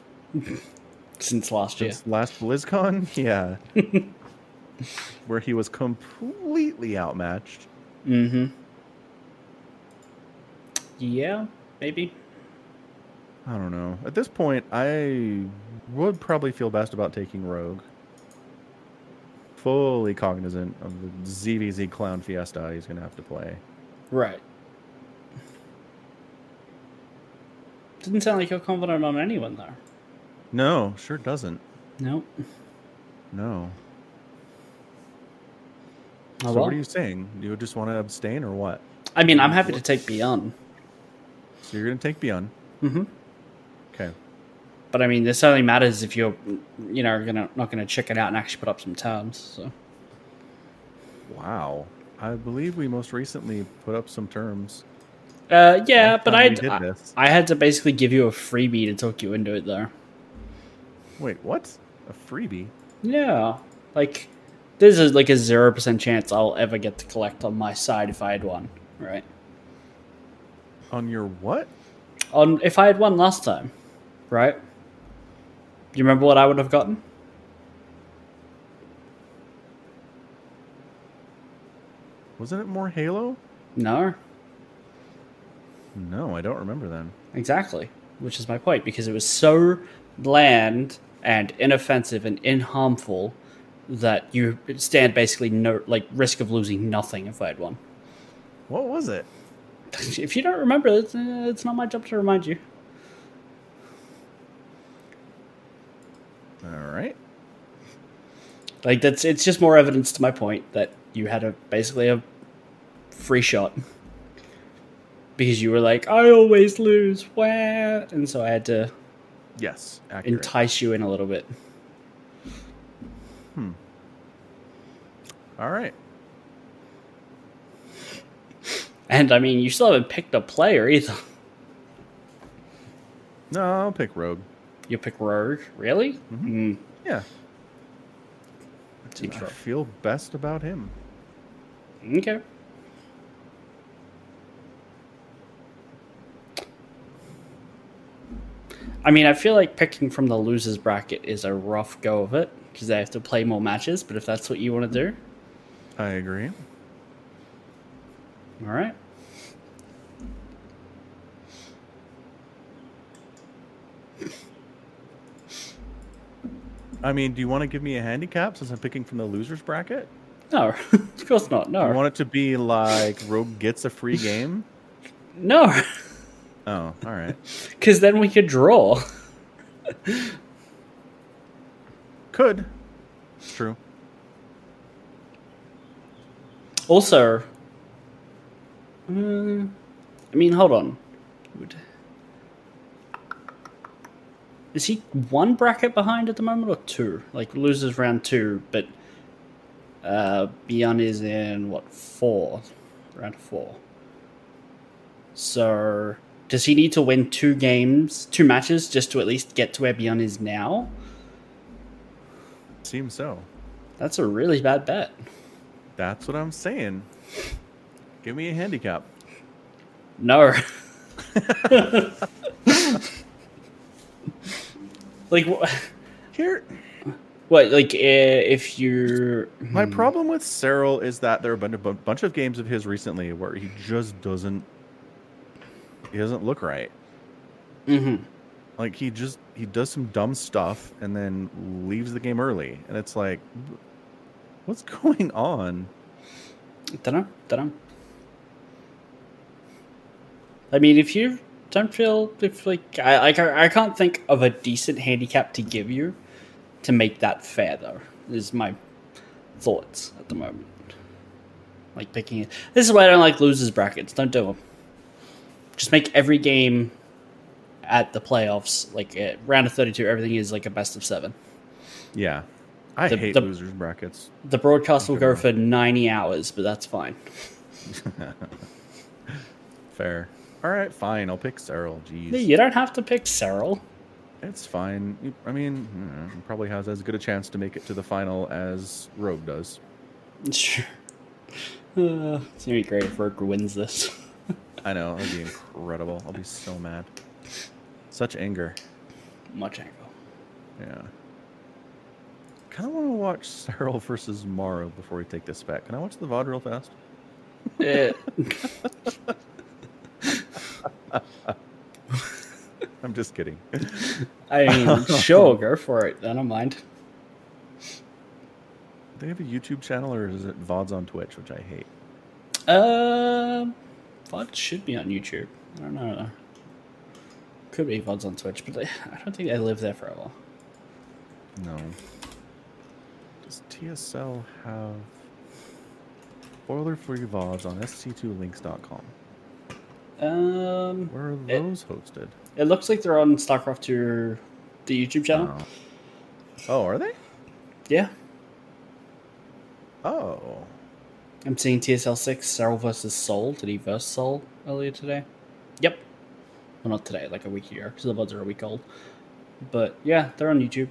[SPEAKER 2] Since last year.
[SPEAKER 1] since last BlizzCon, yeah, where he was completely outmatched.
[SPEAKER 2] Mm-hmm. Yeah, maybe.
[SPEAKER 1] I don't know. At this point, I would probably feel best about taking Rogue. Fully cognizant of the ZVZ Clown Fiesta he's going to have to play.
[SPEAKER 2] Right. Didn't sound like you're confident on anyone though.
[SPEAKER 1] No, sure doesn't.
[SPEAKER 2] Nope.
[SPEAKER 1] No.
[SPEAKER 2] Oh,
[SPEAKER 1] so
[SPEAKER 2] well.
[SPEAKER 1] what are you saying? Do you just want to abstain or what?
[SPEAKER 2] I mean, I'm happy to take Beyond.
[SPEAKER 1] So you're going to take Beyond.
[SPEAKER 2] Mm-hmm.
[SPEAKER 1] Okay.
[SPEAKER 2] But I mean, this only matters if you're, you know, gonna not gonna check it out and actually put up some terms. So
[SPEAKER 1] Wow. I believe we most recently put up some terms.
[SPEAKER 2] Uh, yeah,
[SPEAKER 1] Last
[SPEAKER 2] but
[SPEAKER 1] time we
[SPEAKER 2] I'd-
[SPEAKER 1] did
[SPEAKER 2] I,
[SPEAKER 1] this.
[SPEAKER 2] I had to basically give you a freebie to talk you into it, though.
[SPEAKER 1] Wait, what? A freebie?
[SPEAKER 2] Yeah, like this is like a zero percent chance I'll ever get to collect on my side if I had one, right?
[SPEAKER 1] On your what?
[SPEAKER 2] On if I had one last time, right? You remember what I would have gotten?
[SPEAKER 1] Wasn't it more Halo?
[SPEAKER 2] No,
[SPEAKER 1] No, I don't remember then.
[SPEAKER 2] exactly. Which is my point because it was so bland and inoffensive and inharmful that you stand basically no like risk of losing nothing if I had one.
[SPEAKER 1] What was it?
[SPEAKER 2] If you don't remember, it's, uh, it's not my job to remind you.
[SPEAKER 1] All right.
[SPEAKER 2] Like that's it's just more evidence to my point that you had a basically a free shot because you were like, I always lose, wah, and so I had to
[SPEAKER 1] Yes. Accurate.
[SPEAKER 2] entice you in a little bit.
[SPEAKER 1] All right.
[SPEAKER 2] And I mean, you still haven't picked a player either.
[SPEAKER 1] No, I'll pick Rogue.
[SPEAKER 2] You pick Rogue, really? Mm,
[SPEAKER 1] Yeah.
[SPEAKER 2] seems
[SPEAKER 1] I
[SPEAKER 2] rough.
[SPEAKER 1] feel best about him.
[SPEAKER 2] Okay. I mean, I feel like picking from the losers bracket is a rough go of it because they have to play more matches. But if that's what you want to do,
[SPEAKER 1] I agree.
[SPEAKER 2] all right.
[SPEAKER 1] I mean, do you want to give me a handicap since I'm picking from the losers bracket?
[SPEAKER 2] No, of course not.
[SPEAKER 1] Do
[SPEAKER 2] No,
[SPEAKER 1] you want it to be like Rogue gets a free game?
[SPEAKER 2] no,
[SPEAKER 1] Oh, all right.
[SPEAKER 2] because then we could draw.
[SPEAKER 1] Could. It's true.
[SPEAKER 2] Also, mm, I mean, hold on. Would- Is he one bracket behind at the moment or two? Like loses round two, but uh, Bian is in what four? Round four. So does he need to win two games, two matches, just to at least get to where Bian is now?
[SPEAKER 1] Seems so.
[SPEAKER 2] That's a really bad bet.
[SPEAKER 1] That's what I'm saying. Give me a handicap.
[SPEAKER 2] No. like wha-
[SPEAKER 1] Here,
[SPEAKER 2] what? Like uh, if you
[SPEAKER 1] my problem with Cyril is that there have been a bu- bunch of games of his recently where he just doesn't. He doesn't look right.
[SPEAKER 2] hmm
[SPEAKER 1] Like he just he does some dumb stuff and then leaves the game early, and it's like, what's going on?
[SPEAKER 2] dunno, dunno. I mean, if you don't feel if like I like I, I can't think of a decent handicap to give you to make that fair though. Is my thoughts at the moment. Like picking it. This is why I don't like losers brackets. Don't do them. Just make every game at the playoffs like uh, round of thirty-two. Everything is like a best of seven.
[SPEAKER 1] Yeah, I
[SPEAKER 2] The-
[SPEAKER 1] hate
[SPEAKER 2] the-
[SPEAKER 1] losers brackets.
[SPEAKER 2] The broadcast will go for ninety hours, but that's fine.
[SPEAKER 1] Fair. All right, fine. I'll pick Cyril. Jeez.
[SPEAKER 2] You don't have to pick Cyril.
[SPEAKER 1] It's fine. You- I mean, mm, he probably has as good a chance to make it to the final as Rogue does.
[SPEAKER 2] Sure. Uh, it's gonna be great if Rook wins this.
[SPEAKER 1] I know that'd be incredible. I'll be so mad. Such anger.
[SPEAKER 2] Much angle.
[SPEAKER 1] Yeah. Kind of want to watch Cyril versus Morrow before we take this back. Can I watch the VOD real fast?
[SPEAKER 2] Eh,
[SPEAKER 1] I'm just kidding.
[SPEAKER 2] I mean, sure, go for it. I don't mind.
[SPEAKER 1] they have a YouTube channel or is it VODs on Twitch, which I hate?
[SPEAKER 2] Um, VOD should be on YouTube. I don't know. Could be VODs on Twitch, but they, I don't think they live there for a while.
[SPEAKER 1] No. Does TSL have spoiler-free VODs on sc2links.com?
[SPEAKER 2] Um,
[SPEAKER 1] Where are
[SPEAKER 2] It-
[SPEAKER 1] those hosted?
[SPEAKER 2] it looks like they're on StarCraft 2, the YouTube channel.
[SPEAKER 1] Oh. Oh, are they?
[SPEAKER 2] Yeah.
[SPEAKER 1] Oh.
[SPEAKER 2] I'm seeing TSL six Cyril versus Soul. Did he verse Soul earlier today? Yep. Well, not today, like a week ago, because the buds are a week old. But yeah, they're on YouTube.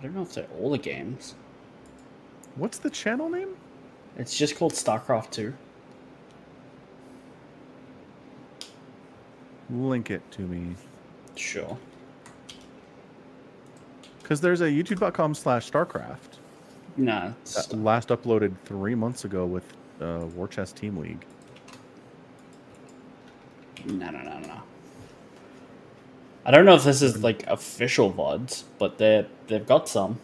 [SPEAKER 2] I don't know if they're all the games.
[SPEAKER 1] What's the channel name?
[SPEAKER 2] It's just called StarCraft two.
[SPEAKER 1] Link it to me.
[SPEAKER 2] Sure.
[SPEAKER 1] Because there's a youtube.com slash StarCraft.
[SPEAKER 2] Nah. it's
[SPEAKER 1] that last uploaded three months ago with uh, War Chest Team League.
[SPEAKER 2] No, no, no, no. no. I don't know if this is like official VODs, but they they've got some.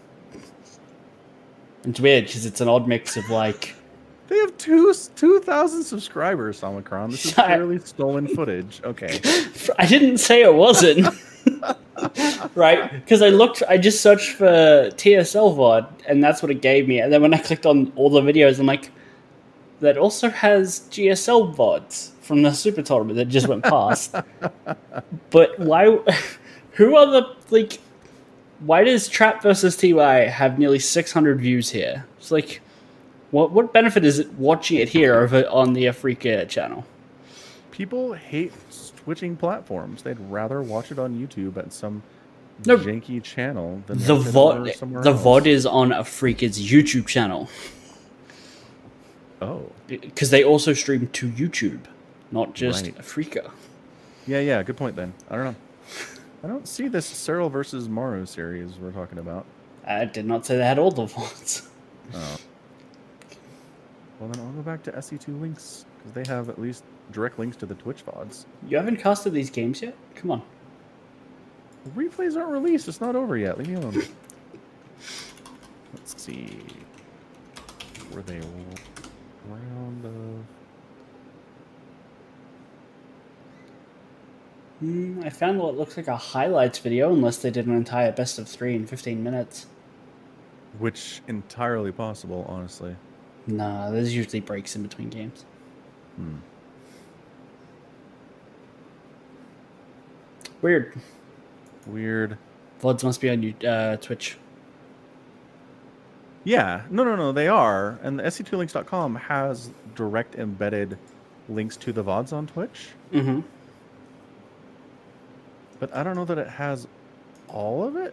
[SPEAKER 2] It's weird because it's an odd mix of like.
[SPEAKER 1] They have two 2,000 subscribers, Omicron. This is
[SPEAKER 2] Shut-
[SPEAKER 1] clearly stolen footage. Okay.
[SPEAKER 2] I didn't say it wasn't. right? Because I looked, I just searched for TSL VOD, and that's what it gave me. And then when I clicked on all the videos, I'm like, that also has GSL VODs from the Super Tournament that just went past. but why? Who are the like? Why does Trap versus Ty have nearly 600 views here? It's like, what what benefit is it watching it here over on the Africa channel?
[SPEAKER 1] People hate switching platforms. They'd rather watch it on YouTube at some
[SPEAKER 2] No.
[SPEAKER 1] janky channel than
[SPEAKER 2] The
[SPEAKER 1] watch it over
[SPEAKER 2] VOD,
[SPEAKER 1] somewhere
[SPEAKER 2] the
[SPEAKER 1] else.
[SPEAKER 2] VOD is on Africa's YouTube channel.
[SPEAKER 1] Oh,
[SPEAKER 2] because they also stream to YouTube, not just
[SPEAKER 1] Right.
[SPEAKER 2] Africa.
[SPEAKER 1] yeah, yeah. Good point. Then I don't know. I don't see this Cyril versus Maru series we're talking about.
[SPEAKER 2] I did not say they had all the VODs.
[SPEAKER 1] Oh. Well, then I'll go back to SE2 links because they have at least direct links to the Twitch VODs.
[SPEAKER 2] You haven't casted these games yet? Come on.
[SPEAKER 1] The replays aren't released. It's not over yet. Leave me alone. Let's see. Were they r- round of?
[SPEAKER 2] Hmm, I found what looks like a highlights video, unless they did an entire best of three in 15 minutes.
[SPEAKER 1] Which entirely possible, honestly.
[SPEAKER 2] Nah, there's usually breaks in between games.
[SPEAKER 1] Hmm.
[SPEAKER 2] Weird.
[SPEAKER 1] Weird.
[SPEAKER 2] VODs must be on you- uh, Twitch.
[SPEAKER 1] Yeah, no, no, no, they are. And the sc2links.com has direct embedded links to the VODs on Twitch,
[SPEAKER 2] Mm-hmm.
[SPEAKER 1] but I don't know that it has all of it.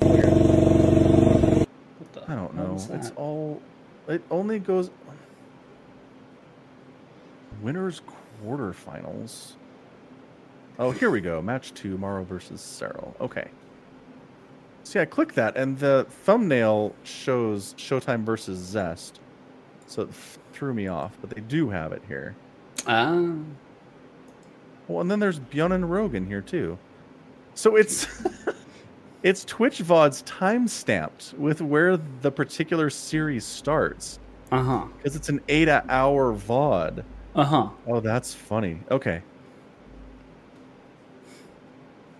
[SPEAKER 2] What the
[SPEAKER 1] I don't
[SPEAKER 2] hell
[SPEAKER 1] know.
[SPEAKER 2] is
[SPEAKER 1] It's
[SPEAKER 2] that?
[SPEAKER 1] all. It only goes. Winners quarterfinals. Oh, here we go. Match two: Morrow versus Cyril. Okay. See, I click that, and the thumbnail shows Showtime versus Zest, so it f- threw me off. But they do have it here.
[SPEAKER 2] Ah.
[SPEAKER 1] Well, and then there's Bjorn and Rogan here too. So it's it's Twitch vods time stamped with where the particular series starts
[SPEAKER 2] Uh huh.
[SPEAKER 1] because it's an eight hour vod.
[SPEAKER 2] Uh huh.
[SPEAKER 1] Oh, that's funny. Okay.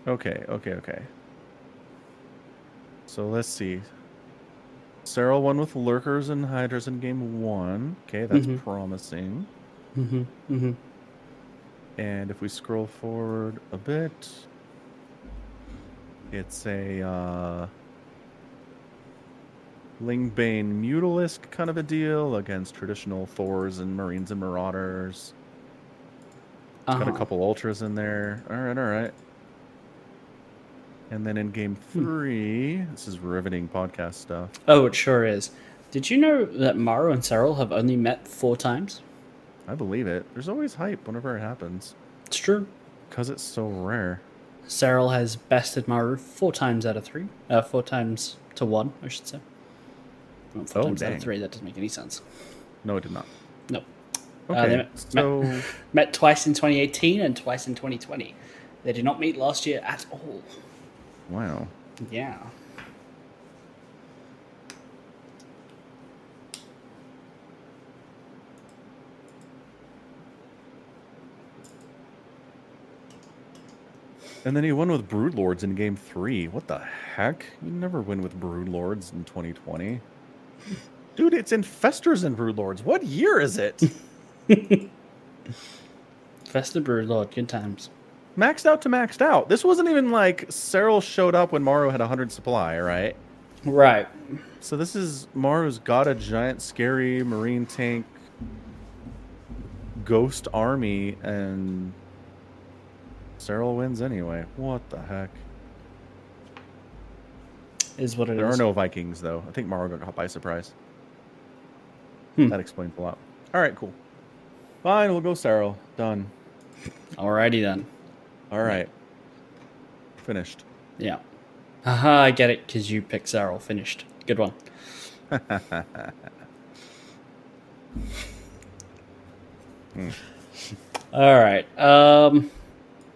[SPEAKER 1] Okay. Okay. Okay. So let's see. Cyril won with lurkers and hydras in game one. Okay, that's
[SPEAKER 2] Mhm.
[SPEAKER 1] promising.
[SPEAKER 2] Mm-hmm. Mm-hmm.
[SPEAKER 1] And if we scroll forward a bit, it's a uh, Lingbane Mutalisk kind of a deal against traditional Thors and Marines and Marauders.
[SPEAKER 2] Uh-huh.
[SPEAKER 1] Got a couple Ultras in there. All right, all right. And then in game
[SPEAKER 2] Hmm.
[SPEAKER 1] three, this is riveting podcast stuff.
[SPEAKER 2] Oh, it sure is. Did you know that Maro and Cyril have only met four times?
[SPEAKER 1] I believe it. There's always hype whenever it happens
[SPEAKER 2] It's true.
[SPEAKER 1] because it's so rare.
[SPEAKER 2] Cyril has bested Maru four times out of three. Uh, four times to one, I should say. Not four
[SPEAKER 1] Oh,
[SPEAKER 2] times out
[SPEAKER 1] dang.
[SPEAKER 2] of three, that doesn't make any sense.
[SPEAKER 1] No, it did not.
[SPEAKER 2] No. Uh, they
[SPEAKER 1] Okay,
[SPEAKER 2] met-
[SPEAKER 1] so.
[SPEAKER 2] Met twice in 2018 and twice in 2020. They did not meet last year at all.
[SPEAKER 1] Wow.
[SPEAKER 2] Yeah.
[SPEAKER 1] And then he won with Broodlords in game three. What the heck? You never win with Broodlords in 2020. Dude, it's Infestors and Broodlords. What year is it?
[SPEAKER 2] Festa Brood Lord, good times.
[SPEAKER 1] maxed out to maxed out. This wasn't even like Cyril showed up when Maru had 100 supply, right?
[SPEAKER 2] Right.
[SPEAKER 1] So this is Maru's got a giant, scary marine tank, ghost army, and Cyril wins anyway. What the heck?
[SPEAKER 2] Is what it is.
[SPEAKER 1] There are no Vikings, though. I think Morrow got caught by surprise.
[SPEAKER 2] Hmm.
[SPEAKER 1] That explains a lot. All right, cool. Fine, we'll go Cyril. Done.
[SPEAKER 2] Alrighty then.
[SPEAKER 1] All right. Finished.
[SPEAKER 2] Yeah. Haha, I get it, because you picked Cyril. Finished. Good one. All right. Um,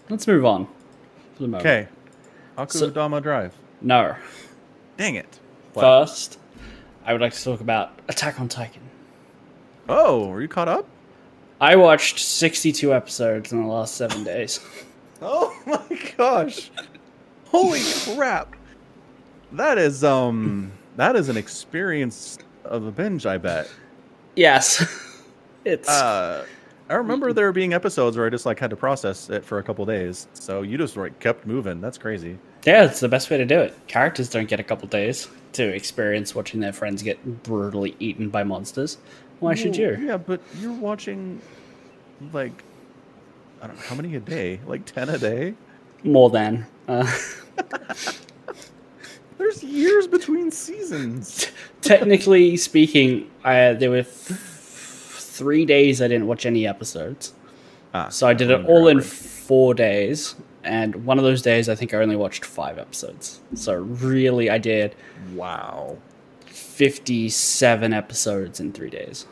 [SPEAKER 2] let's move on. For the moment.
[SPEAKER 1] Okay. Akudama
[SPEAKER 2] Uh, So-
[SPEAKER 1] Drive.
[SPEAKER 2] No.
[SPEAKER 1] Dang it. What?
[SPEAKER 2] First, I would like to talk about Attack on Titan.
[SPEAKER 1] oh, are you caught up?
[SPEAKER 2] I watched 62 episodes in the last seven days.
[SPEAKER 1] Oh my gosh. holy crap that is um that is an experience of a binge i bet
[SPEAKER 2] Yes. it's
[SPEAKER 1] uh i remember there being episodes where i just like had to process it for a couple days so you just like kept moving that's crazy
[SPEAKER 2] yeah, it's the best way to do it. Characters don't get a couple days to experience watching their friends get brutally eaten by monsters. Why should
[SPEAKER 1] Well,
[SPEAKER 2] you?
[SPEAKER 1] yeah but you're watching like i don't know how many a day like 10 a day
[SPEAKER 2] More than. Uh,
[SPEAKER 1] there's years between seasons
[SPEAKER 2] technically speaking, I, there were f- three days I didn't watch any episodes.
[SPEAKER 1] ah,
[SPEAKER 2] So I did it
[SPEAKER 1] wonder
[SPEAKER 2] all in
[SPEAKER 1] how many-
[SPEAKER 2] four days. And one of those days, I think I only watched five episodes. So really, I did
[SPEAKER 1] wow
[SPEAKER 2] 57 episodes in three days.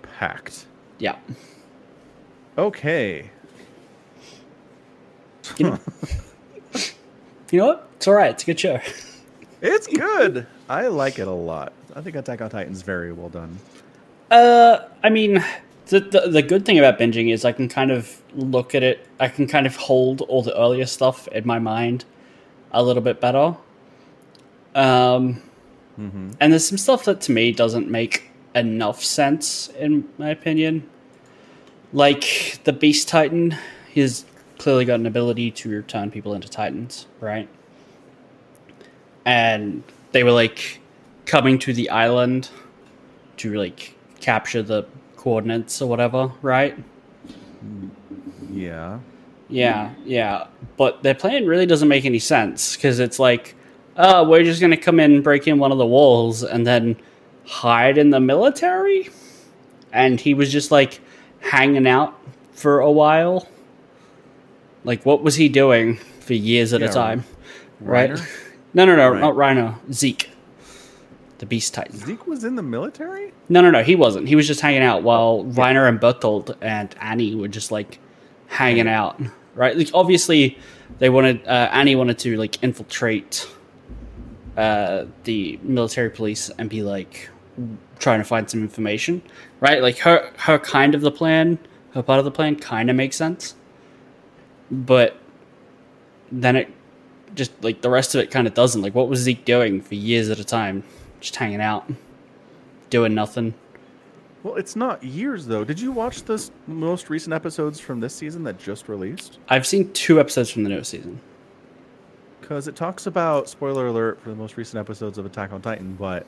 [SPEAKER 1] packed
[SPEAKER 2] Yeah.
[SPEAKER 1] okay
[SPEAKER 2] You know, you know what? It's all right. It's a good show.
[SPEAKER 1] It's good. I like it a lot. I think Attack on Titan's very well done.
[SPEAKER 2] Uh, I mean, the, the the good thing about binging is I can kind of look at it. I can kind of hold all the earlier stuff in my mind a little bit better. Um,
[SPEAKER 1] Mm-hmm.
[SPEAKER 2] and there's some stuff that to me doesn't make enough sense in my opinion. Like the Beast Titan, he's clearly got an ability to turn people into titans, right? And they were like coming to the island to like capture the coordinates or whatever, right?
[SPEAKER 1] Yeah. Hmm.
[SPEAKER 2] Yeah, yeah. But their plan really doesn't make any sense because it's like, oh, we're just going to come in, break in one of the walls, and then hide in the military? And he was just like hanging out for a while. Like, what was he doing for years at
[SPEAKER 1] Yeah,
[SPEAKER 2] a time? Right?
[SPEAKER 1] Reiner?
[SPEAKER 2] No, no, no,
[SPEAKER 1] Right.
[SPEAKER 2] not Rhino. Zeke. The Beast Titan.
[SPEAKER 1] Zeke was in the military?
[SPEAKER 2] No, no, no, he wasn't. He was just hanging out while Reiner and Bertold and Annie were just like hanging out, right? Like obviously, they wanted uh, Annie wanted to like infiltrate uh, the military police and be like trying to find some information, right? Like her her kind of the plan, her part of the plan kind of makes sense, but then it just like the rest of it kind of doesn't. Like what was Zeke doing for years at a time, just hanging out? doing nothing.
[SPEAKER 1] Well, it's not years though. Did you watch the s- most recent episodes from this season that just released?
[SPEAKER 2] I've seen two episodes from the new season.
[SPEAKER 1] Because it talks about spoiler alert for the most recent episodes of Attack on Titan, but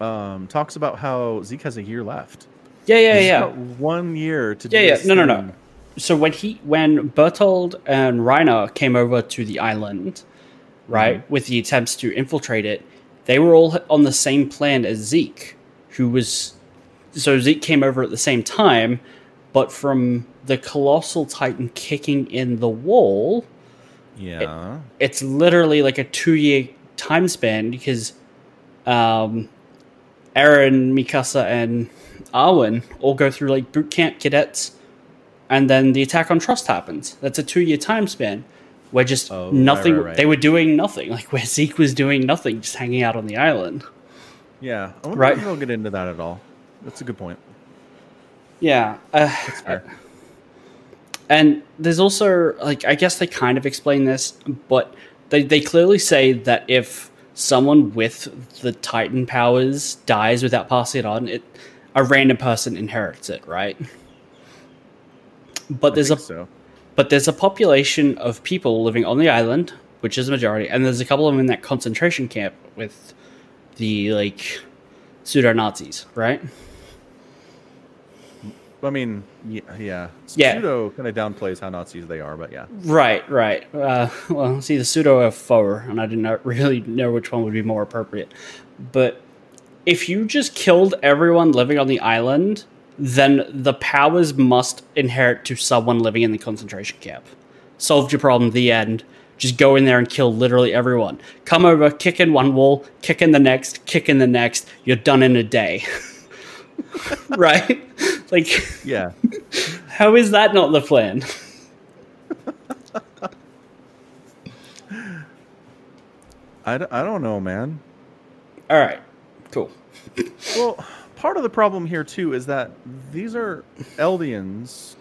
[SPEAKER 1] um, talks about how Zeke has a year left.
[SPEAKER 2] Yeah, yeah,
[SPEAKER 1] He's
[SPEAKER 2] yeah,
[SPEAKER 1] got one year to.
[SPEAKER 2] yeah,
[SPEAKER 1] do
[SPEAKER 2] yeah.
[SPEAKER 1] this
[SPEAKER 2] No, no, no.
[SPEAKER 1] thing.
[SPEAKER 2] So when he, when Bertold and Reiner came over to the island, right, with the attempts to infiltrate it, they were all on the same plan as Zeke, who was. So Zeke came over at the same time, but from the colossal titan kicking in the wall,
[SPEAKER 1] Yeah.
[SPEAKER 2] it's literally like a two year time span because um, Aaron, Mikasa, and Arwen all go through like boot camp cadets, and then the attack on trust happens. That's a two year time span where just
[SPEAKER 1] Oh, right,
[SPEAKER 2] nothing,
[SPEAKER 1] right, right.
[SPEAKER 2] they were doing nothing, like where Zeke was doing nothing, just hanging out on the island.
[SPEAKER 1] yeah. I wonder
[SPEAKER 2] Right.
[SPEAKER 1] if they'll get into that at all. That's a good point.
[SPEAKER 2] Yeah. Uh,
[SPEAKER 1] That's fair.
[SPEAKER 2] And there's also like I guess they kind of explain this, but they, they clearly say that if someone with the Titan powers dies without passing it on, it a random person inherits it, right? But
[SPEAKER 1] I
[SPEAKER 2] there's a
[SPEAKER 1] think so.
[SPEAKER 2] but there's a population of people living on the island, which is a majority, and there's a couple of them in that concentration camp with the like pseudo Nazis, right?
[SPEAKER 1] I mean, yeah, yeah.
[SPEAKER 2] Yeah.
[SPEAKER 1] Pseudo kind of downplays how Nazis they are, but yeah.
[SPEAKER 2] Right, right. Uh, well, see, the pseudo or four, and I did not really know which one would be more appropriate. But if you just killed everyone living on the island, then the powers must inherit to someone living in the concentration camp. Solved your problem. The end. Just go in there and kill literally everyone. Come over, kick in one wall, kick in the next, kick in the next. You're done in a day. right? Like,
[SPEAKER 1] Yeah.
[SPEAKER 2] how is that not the plan?
[SPEAKER 1] I, d- I don't know, man.
[SPEAKER 2] All right, cool.
[SPEAKER 1] Well, part of the problem here, too, is that these are
[SPEAKER 2] Mm-hmm.
[SPEAKER 1] Eldians,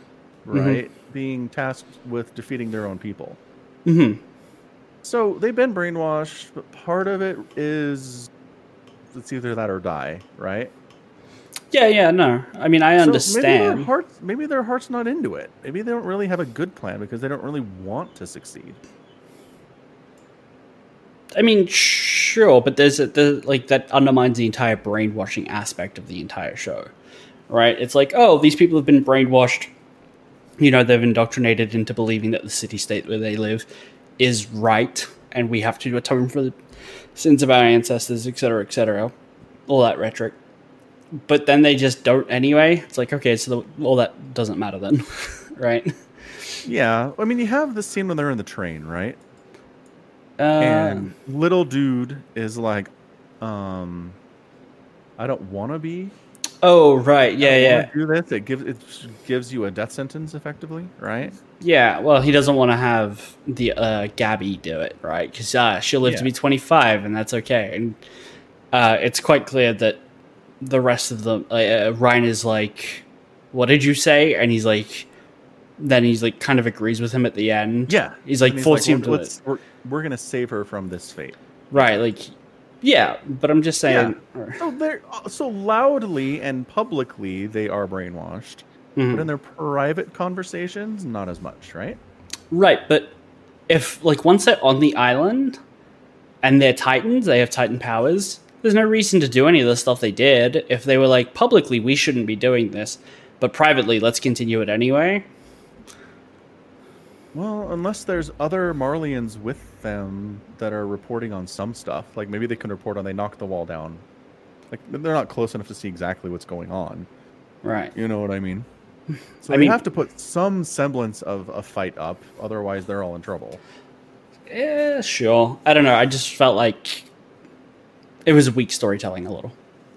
[SPEAKER 1] right, being tasked with defeating their own people.
[SPEAKER 2] Mm hmm.
[SPEAKER 1] So they've been brainwashed, but part of it is it's either that or die, right?
[SPEAKER 2] Yeah, yeah, no. I mean, I
[SPEAKER 1] So maybe
[SPEAKER 2] understand.
[SPEAKER 1] their hearts, maybe their heart's not into it. Maybe they don't really have a good plan because they don't really want to succeed.
[SPEAKER 2] I mean, sure, but there's a, the like that undermines the entire brainwashing aspect of the entire show, right? It's like, oh, these people have been brainwashed. You know, they've indoctrinated into believing that the city state where they live is right, and we have to atone for the sins of our ancestors, etc., etc. All that rhetoric, but then they just don't anyway. It's like, okay, so the, all that doesn't matter then, right?
[SPEAKER 1] Yeah, I mean, you have this scene when they're in the train, right?
[SPEAKER 2] Uh,
[SPEAKER 1] and little dude is like, um, I don't want to be.
[SPEAKER 2] oh, right, yeah,
[SPEAKER 1] I don't
[SPEAKER 2] yeah.
[SPEAKER 1] wanna Do this. It gives it gives you a death sentence effectively, right?
[SPEAKER 2] Yeah, well, he doesn't want to have the uh, Gabby do it, right? Because uh, she'll live to
[SPEAKER 1] Yeah.
[SPEAKER 2] be 25, and that's okay. And uh, it's quite clear that the rest of them, uh, uh, Ryan is like, What did you say? And he's like, Then he's like, kind of agrees with him at the end.
[SPEAKER 1] Yeah,
[SPEAKER 2] He's like,
[SPEAKER 1] And
[SPEAKER 2] forcing him to
[SPEAKER 1] let's, we're, we're gonna save her from this fate.
[SPEAKER 2] it. Right, like, yeah, but I'm just saying.
[SPEAKER 1] So Oh, they're uh, so loudly and publicly they are brainwashed,
[SPEAKER 2] Mhm.
[SPEAKER 1] but in their private conversations, not as much, right?
[SPEAKER 2] Right, but if like once they're on the island and they're titans, they have titan powers. There's no reason to do any of the stuff they did if they were like publicly we shouldn't be doing this, but privately let's continue it anyway.
[SPEAKER 1] Well, unless there's other Marlians with them that are reporting on some stuff, like maybe they can report on they knocked the wall down. Like they're not close enough to see exactly what's going on.
[SPEAKER 2] Right.
[SPEAKER 1] You know what I mean? So
[SPEAKER 2] I
[SPEAKER 1] they
[SPEAKER 2] mean-
[SPEAKER 1] have to put some semblance of a fight up, otherwise they're all in trouble.
[SPEAKER 2] Yeah, sure. I don't know. I just felt like it was weak storytelling a little.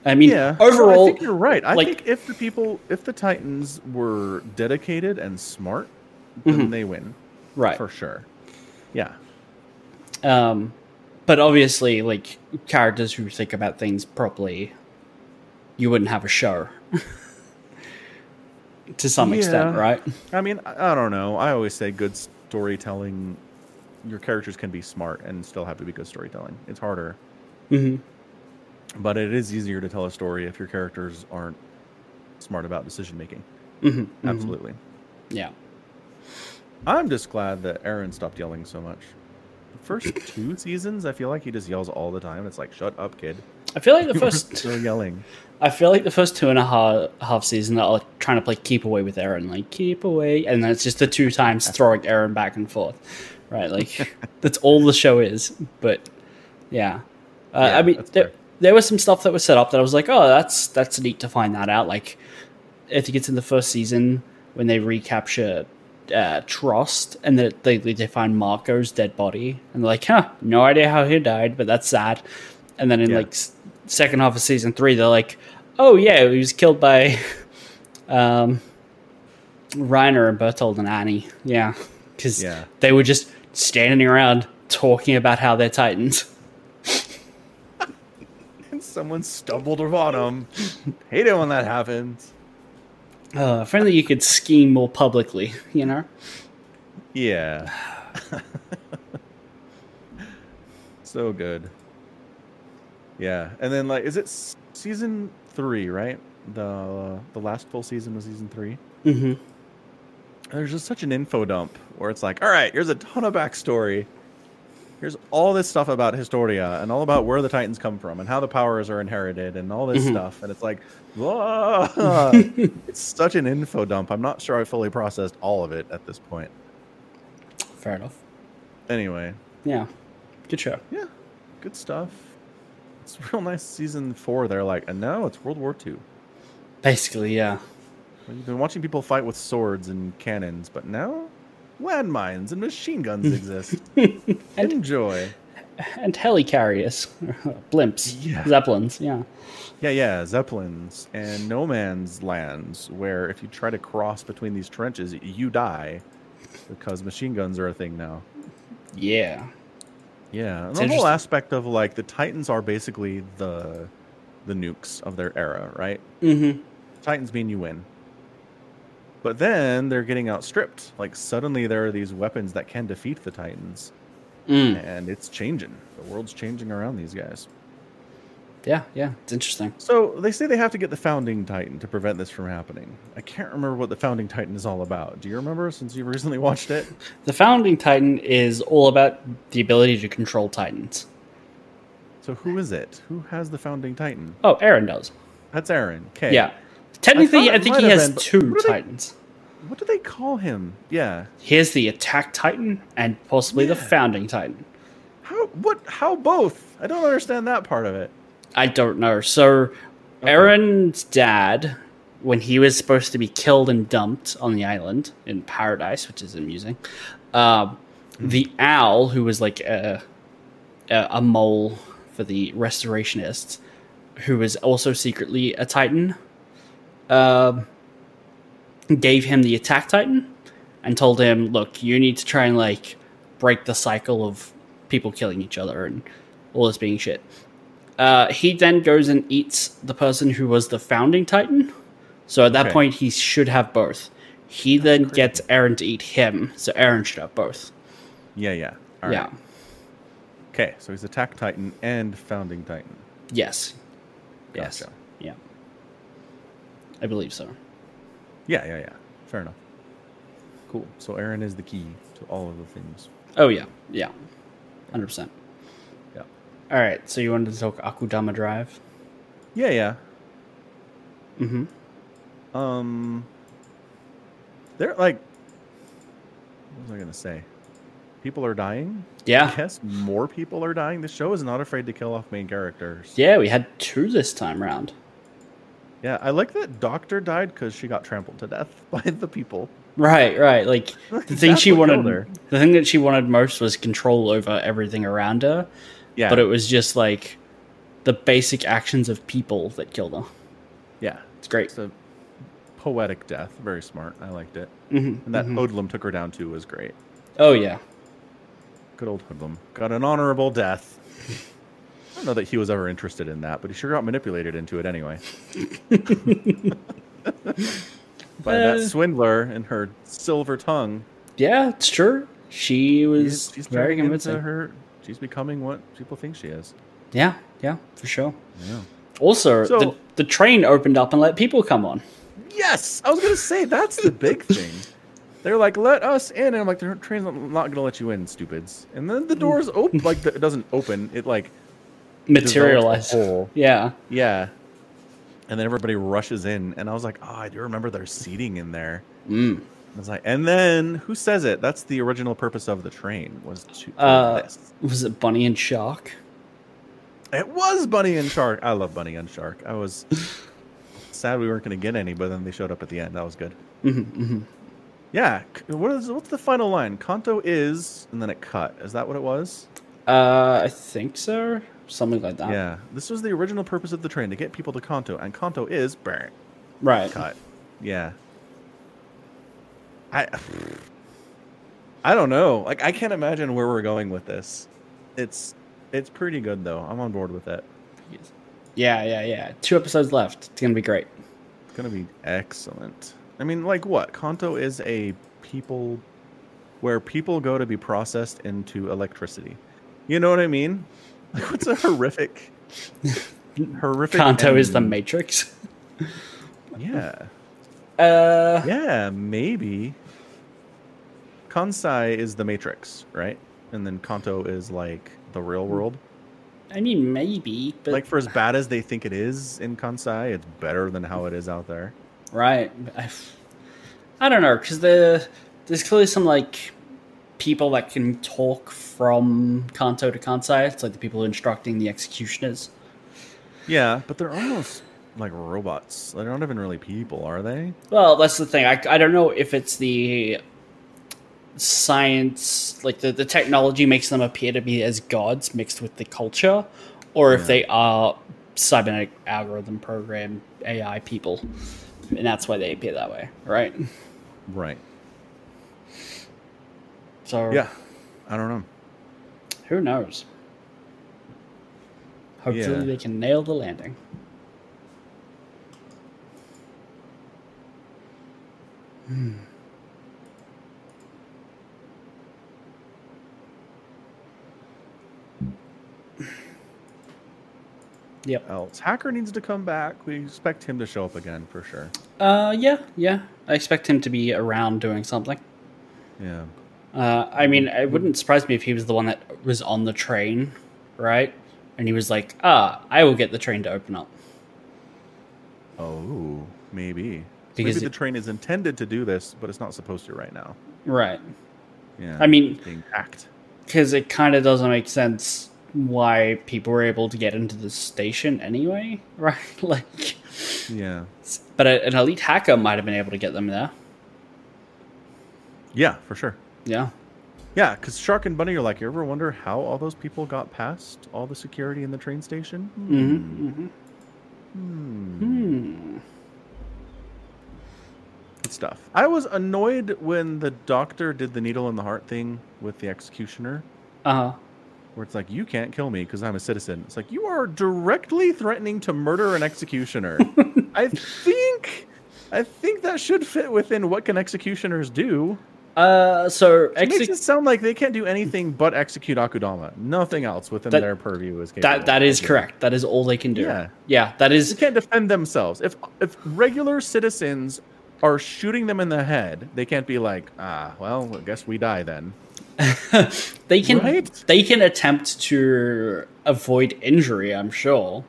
[SPEAKER 2] I mean,
[SPEAKER 1] yeah. no, I
[SPEAKER 2] overall,
[SPEAKER 1] think you're right. I
[SPEAKER 2] like-
[SPEAKER 1] think if the people, if the Titans were dedicated and smart, then
[SPEAKER 2] Mhm.
[SPEAKER 1] they win
[SPEAKER 2] right.
[SPEAKER 1] for sure. Yeah.
[SPEAKER 2] Um, but obviously, like characters who think about things properly, you wouldn't have a show. to some extent,
[SPEAKER 1] Yeah.
[SPEAKER 2] right?
[SPEAKER 1] I mean, I I don't know. I always say good storytelling. Your characters can be smart and still have to be good storytelling. It's harder,
[SPEAKER 2] hmm
[SPEAKER 1] but it is easier to tell a story if your characters aren't smart about decision making.
[SPEAKER 2] hmm
[SPEAKER 1] Absolutely.
[SPEAKER 2] Yeah.
[SPEAKER 1] I'm just glad that Aaron stopped yelling so much. The first two seasons, I feel like he just yells all the time. It's like, shut up, kid.
[SPEAKER 2] I feel like the
[SPEAKER 1] You're
[SPEAKER 2] first,
[SPEAKER 1] still yelling.
[SPEAKER 2] I feel like the first two and a half half season are like, trying to play keep away with Aaron, like keep away, and then it's just the two times throwing Aaron back and forth, right? Like that's all the show is. But yeah, uh,
[SPEAKER 1] Yeah,
[SPEAKER 2] I mean,
[SPEAKER 1] that's
[SPEAKER 2] there,
[SPEAKER 1] fair.
[SPEAKER 2] there was some stuff that was set up that I was like, oh, that's that's neat to find that out. Like I think it's in the first season when they recapture uh, Trost, and then they they find Marco's dead body, and they're like, huh, no idea how he died, but that's sad. And then in
[SPEAKER 1] Yeah.
[SPEAKER 2] like s- second half of season three, they're like, oh yeah, he was killed by um, Reiner and Bertold and Annie, yeah, because
[SPEAKER 1] Yeah.
[SPEAKER 2] they were just standing around talking about how they're titans.
[SPEAKER 1] And someone stumbled upon him. Hate it when that happens.
[SPEAKER 2] Uh, if only you could scheme more publicly, you know.
[SPEAKER 1] Yeah. so good. Yeah, and then like, is it s- season three? Right, the the last full season was season three.
[SPEAKER 2] Mm-hmm.
[SPEAKER 1] There's just such an info dump where it's like, all right, here's a ton of backstory. Here's all this stuff about Historia and all about where the Titans come from and how the powers are inherited and all this
[SPEAKER 2] Mhm.
[SPEAKER 1] stuff. And it's like, whoa, it's such an info dump. I'm not sure I fully processed all of it at this point.
[SPEAKER 2] Fair enough.
[SPEAKER 1] Anyway,
[SPEAKER 2] Yeah, good show.
[SPEAKER 1] Yeah, good stuff. It's real nice season four. They're like, and now it's World War Two.
[SPEAKER 2] Basically, yeah.
[SPEAKER 1] You've been watching people fight with swords and cannons, but now landmines and machine guns exist. Enjoy.
[SPEAKER 2] And helicarriers, blimps,
[SPEAKER 1] Yeah.
[SPEAKER 2] zeppelins, yeah.
[SPEAKER 1] Yeah, yeah, zeppelins and no man's lands, where if you try to cross between these trenches, you die because machine guns are a thing now.
[SPEAKER 2] Yeah.
[SPEAKER 1] Yeah, and
[SPEAKER 2] It's
[SPEAKER 1] the whole
[SPEAKER 2] interesting.
[SPEAKER 1] aspect of like the Titans are basically the the nukes of their era, right?
[SPEAKER 2] Mm-hmm.
[SPEAKER 1] Titans mean you win. But then they're getting outstripped. Like suddenly there are these weapons that can defeat the Titans.
[SPEAKER 2] Mm.
[SPEAKER 1] and it's changing. The world's changing around these guys.
[SPEAKER 2] Yeah, yeah, it's interesting.
[SPEAKER 1] So they say they have to get the founding titan to prevent this from happening. I can't remember what the founding titan is all about. Do you remember since you recently watched it?
[SPEAKER 2] The founding Titan is all about the ability to control Titans.
[SPEAKER 1] So who is it? Who has the founding titan?
[SPEAKER 2] Oh, Aaron does.
[SPEAKER 1] That's Aaron. Okay.
[SPEAKER 2] Yeah, technically,
[SPEAKER 1] thought
[SPEAKER 2] I,
[SPEAKER 1] it
[SPEAKER 2] think
[SPEAKER 1] might
[SPEAKER 2] he
[SPEAKER 1] have
[SPEAKER 2] has
[SPEAKER 1] been, but
[SPEAKER 2] two
[SPEAKER 1] what do they-
[SPEAKER 2] Titans.
[SPEAKER 1] What do they call him? Yeah.
[SPEAKER 2] Here's the Attack Titan and possibly the
[SPEAKER 1] Yeah.
[SPEAKER 2] Founding Titan.
[SPEAKER 1] How? What? How both? I don't understand that part of it.
[SPEAKER 2] I don't know. So, Aaron's dad, when he was supposed to be killed and dumped on the island in paradise, which is amusing, um, the owl, who was like a, a, a mole for the restorationists, who was also secretly a titan, um, gave him the attack titan and told him, look, you need to try and like break the cycle of people killing each other and all this being shit. Uh, he then goes and eats the person who was the founding titan. So at that
[SPEAKER 1] Okay.
[SPEAKER 2] point, he should have both. He then gets Aaron to eat him, so Aaron should have both.
[SPEAKER 1] Yeah. Yeah. All right.
[SPEAKER 2] yeah.
[SPEAKER 1] Okay. So he's attack titan and founding titan.
[SPEAKER 2] Yes. Yes.
[SPEAKER 1] Gotcha.
[SPEAKER 2] Yeah. I believe so.
[SPEAKER 1] Yeah. Yeah. Yeah. Fair enough. Cool. So Aaron is the key to all of the things.
[SPEAKER 2] Oh yeah. Yeah. Hundred percent.
[SPEAKER 1] Yeah.
[SPEAKER 2] All right. So you wanted to talk Akudama Drive?
[SPEAKER 1] Yeah. Yeah.
[SPEAKER 2] Mm-hmm.
[SPEAKER 1] Um, they're like, what was I gonna say? People are dying. I
[SPEAKER 2] Yeah.
[SPEAKER 1] guess more people are dying. The show is not afraid to kill off main characters.
[SPEAKER 2] Yeah. We had two this time round.
[SPEAKER 1] Yeah, I like that Doctor died because she got trampled to death by the people.
[SPEAKER 2] Right. Right. Like the thing
[SPEAKER 1] That's
[SPEAKER 2] she
[SPEAKER 1] what
[SPEAKER 2] wanted.
[SPEAKER 1] killed her.
[SPEAKER 2] The thing that she wanted most was control over everything around her.
[SPEAKER 1] Yeah,
[SPEAKER 2] But it was just like the basic actions of people that killed her.
[SPEAKER 1] yeah,
[SPEAKER 2] It's great.
[SPEAKER 1] it's a poetic death. Very smart. I liked it.
[SPEAKER 2] Mhm,
[SPEAKER 1] And that
[SPEAKER 2] mhm.
[SPEAKER 1] hoodlum took her down too was great.
[SPEAKER 2] Oh yeah.
[SPEAKER 1] Good old hoodlum got an honorable death. I don't know that he was ever interested in that, but he sure got manipulated into it anyway. by that
[SPEAKER 2] Uh.
[SPEAKER 1] swindler and her silver tongue.
[SPEAKER 2] Yeah. It's true. She was
[SPEAKER 1] She's, she's
[SPEAKER 2] very
[SPEAKER 1] turning into
[SPEAKER 2] convincing.
[SPEAKER 1] her. She's becoming what people think she is.
[SPEAKER 2] Yeah. Yeah. For sure.
[SPEAKER 1] Yeah.
[SPEAKER 2] Also,
[SPEAKER 1] So-
[SPEAKER 2] the, the train opened up and let people come on.
[SPEAKER 1] Yes, I was gonna say that's the big thing. They're like, let us in, and I'm like, the train's not not gonna let you in, stupids. And then the doors open, like the, it doesn't open, it like dissolves the
[SPEAKER 2] Materialize.
[SPEAKER 1] hole.
[SPEAKER 2] Yeah.
[SPEAKER 1] Yeah. And then everybody rushes in, and I was like, oh, I do remember their seating in there.
[SPEAKER 2] Mm.
[SPEAKER 1] I was like, and then who says it? That's the original purpose of the train was to for
[SPEAKER 2] Uh,
[SPEAKER 1] this.
[SPEAKER 2] Was it Bunny and Shark?
[SPEAKER 1] It was Bunny and Shark. I love Bunny and Shark. I was sad we weren't gonna get any, but then they showed up at the end. That was good.
[SPEAKER 2] Mm-hmm,
[SPEAKER 1] Yeah. c- What is what's the final line? Kanto is and then it cut. Is that what it was?
[SPEAKER 2] Uh, I think so. Something like that.
[SPEAKER 1] yeah. This was the original purpose of the train to get people to Kanto, and Kanto is brr,
[SPEAKER 2] Right.
[SPEAKER 1] cut. Yeah. I I don't know. Like I can't imagine where we're going with this. It's it's pretty good though. I'm on board with it.
[SPEAKER 2] Yeah, yeah, yeah. Two episodes left. It's gonna be great.
[SPEAKER 1] It's gonna be excellent. I mean, like what? Kanto is a people where people go to be processed into electricity. You know what I mean? Like, what's a horrific, horrific?
[SPEAKER 2] Kanto is the
[SPEAKER 1] end?
[SPEAKER 2] Matrix.
[SPEAKER 1] Yeah,
[SPEAKER 2] Uh,
[SPEAKER 1] yeah, maybe. Kansai is the Matrix, right? And then Kanto is like the real world.
[SPEAKER 2] I mean maybe, but
[SPEAKER 1] like for as bad as they think it is in Kansai, it's better than how it is out there.
[SPEAKER 2] right. I, I don't know because the there's clearly some like people that can talk from Kanto to Kansai. It's like the people instructing the executioners.
[SPEAKER 1] Yeah, but they're almost like robots. They're not even really people, are they?
[SPEAKER 2] Well, that's the thing. I, I don't know if it's the science, like the, the technology makes them appear to be as gods mixed with the culture, or if
[SPEAKER 1] Yeah.
[SPEAKER 2] they are cybernetic algorithm program AI people. And that's why they appear that way, right?
[SPEAKER 1] Right.
[SPEAKER 2] So,
[SPEAKER 1] Yeah. I don't know.
[SPEAKER 2] who knows? Hopefully,
[SPEAKER 1] Yeah.
[SPEAKER 2] they can nail the landing. Hmm. Yep.
[SPEAKER 1] else. Hacker needs to come back. We expect him to show up again for sure.
[SPEAKER 2] Uh, yeah, yeah. I expect him to be around doing something.
[SPEAKER 1] Yeah.
[SPEAKER 2] Uh, I mean, it wouldn't surprise me if he was the one that was on the train, right? And he was like, ah, I will get the train to open up.
[SPEAKER 1] Oh, maybe.
[SPEAKER 2] Because
[SPEAKER 1] maybe the
[SPEAKER 2] it-
[SPEAKER 1] train is intended to do this, but it's not supposed to right now.
[SPEAKER 2] Right.
[SPEAKER 1] Yeah.
[SPEAKER 2] I mean-
[SPEAKER 1] it's being hacked.
[SPEAKER 2] Because it kind of doesn't make sense why people were able to get into the station anyway, right? like,
[SPEAKER 1] Yeah.
[SPEAKER 2] but a, an elite hacker might have been able to get them there.
[SPEAKER 1] Yeah, for sure.
[SPEAKER 2] Yeah.
[SPEAKER 1] Yeah, because Shark and Bunny are like, you ever wonder how all those people got past all the security in the train station? Mm.
[SPEAKER 2] Mm-hmm. hmm
[SPEAKER 1] Hmm.
[SPEAKER 2] Hmm.
[SPEAKER 1] Good stuff. I was annoyed when the doctor did the needle in the heart thing with the executioner,
[SPEAKER 2] Uh huh.
[SPEAKER 1] where it's like, you can't kill me because I'm a citizen. It's like, you are directly threatening to murder an executioner. I think. I think that should fit within what can executioners do.
[SPEAKER 2] Uh, so
[SPEAKER 1] It makes it
[SPEAKER 2] exec-
[SPEAKER 1] sound like they can't do anything but execute Akudama. Nothing else within
[SPEAKER 2] That-
[SPEAKER 1] their purview is capable.
[SPEAKER 2] that that is
[SPEAKER 1] of doing.
[SPEAKER 2] correct. That is all they can do.
[SPEAKER 1] Yeah.
[SPEAKER 2] Yeah, that
[SPEAKER 1] They
[SPEAKER 2] is
[SPEAKER 1] can't defend themselves. If if regular citizens are shooting them in the head, they can't be like, ah, well, I guess we die then.
[SPEAKER 2] they can
[SPEAKER 1] Right?
[SPEAKER 2] they can attempt to avoid injury, I'm sure.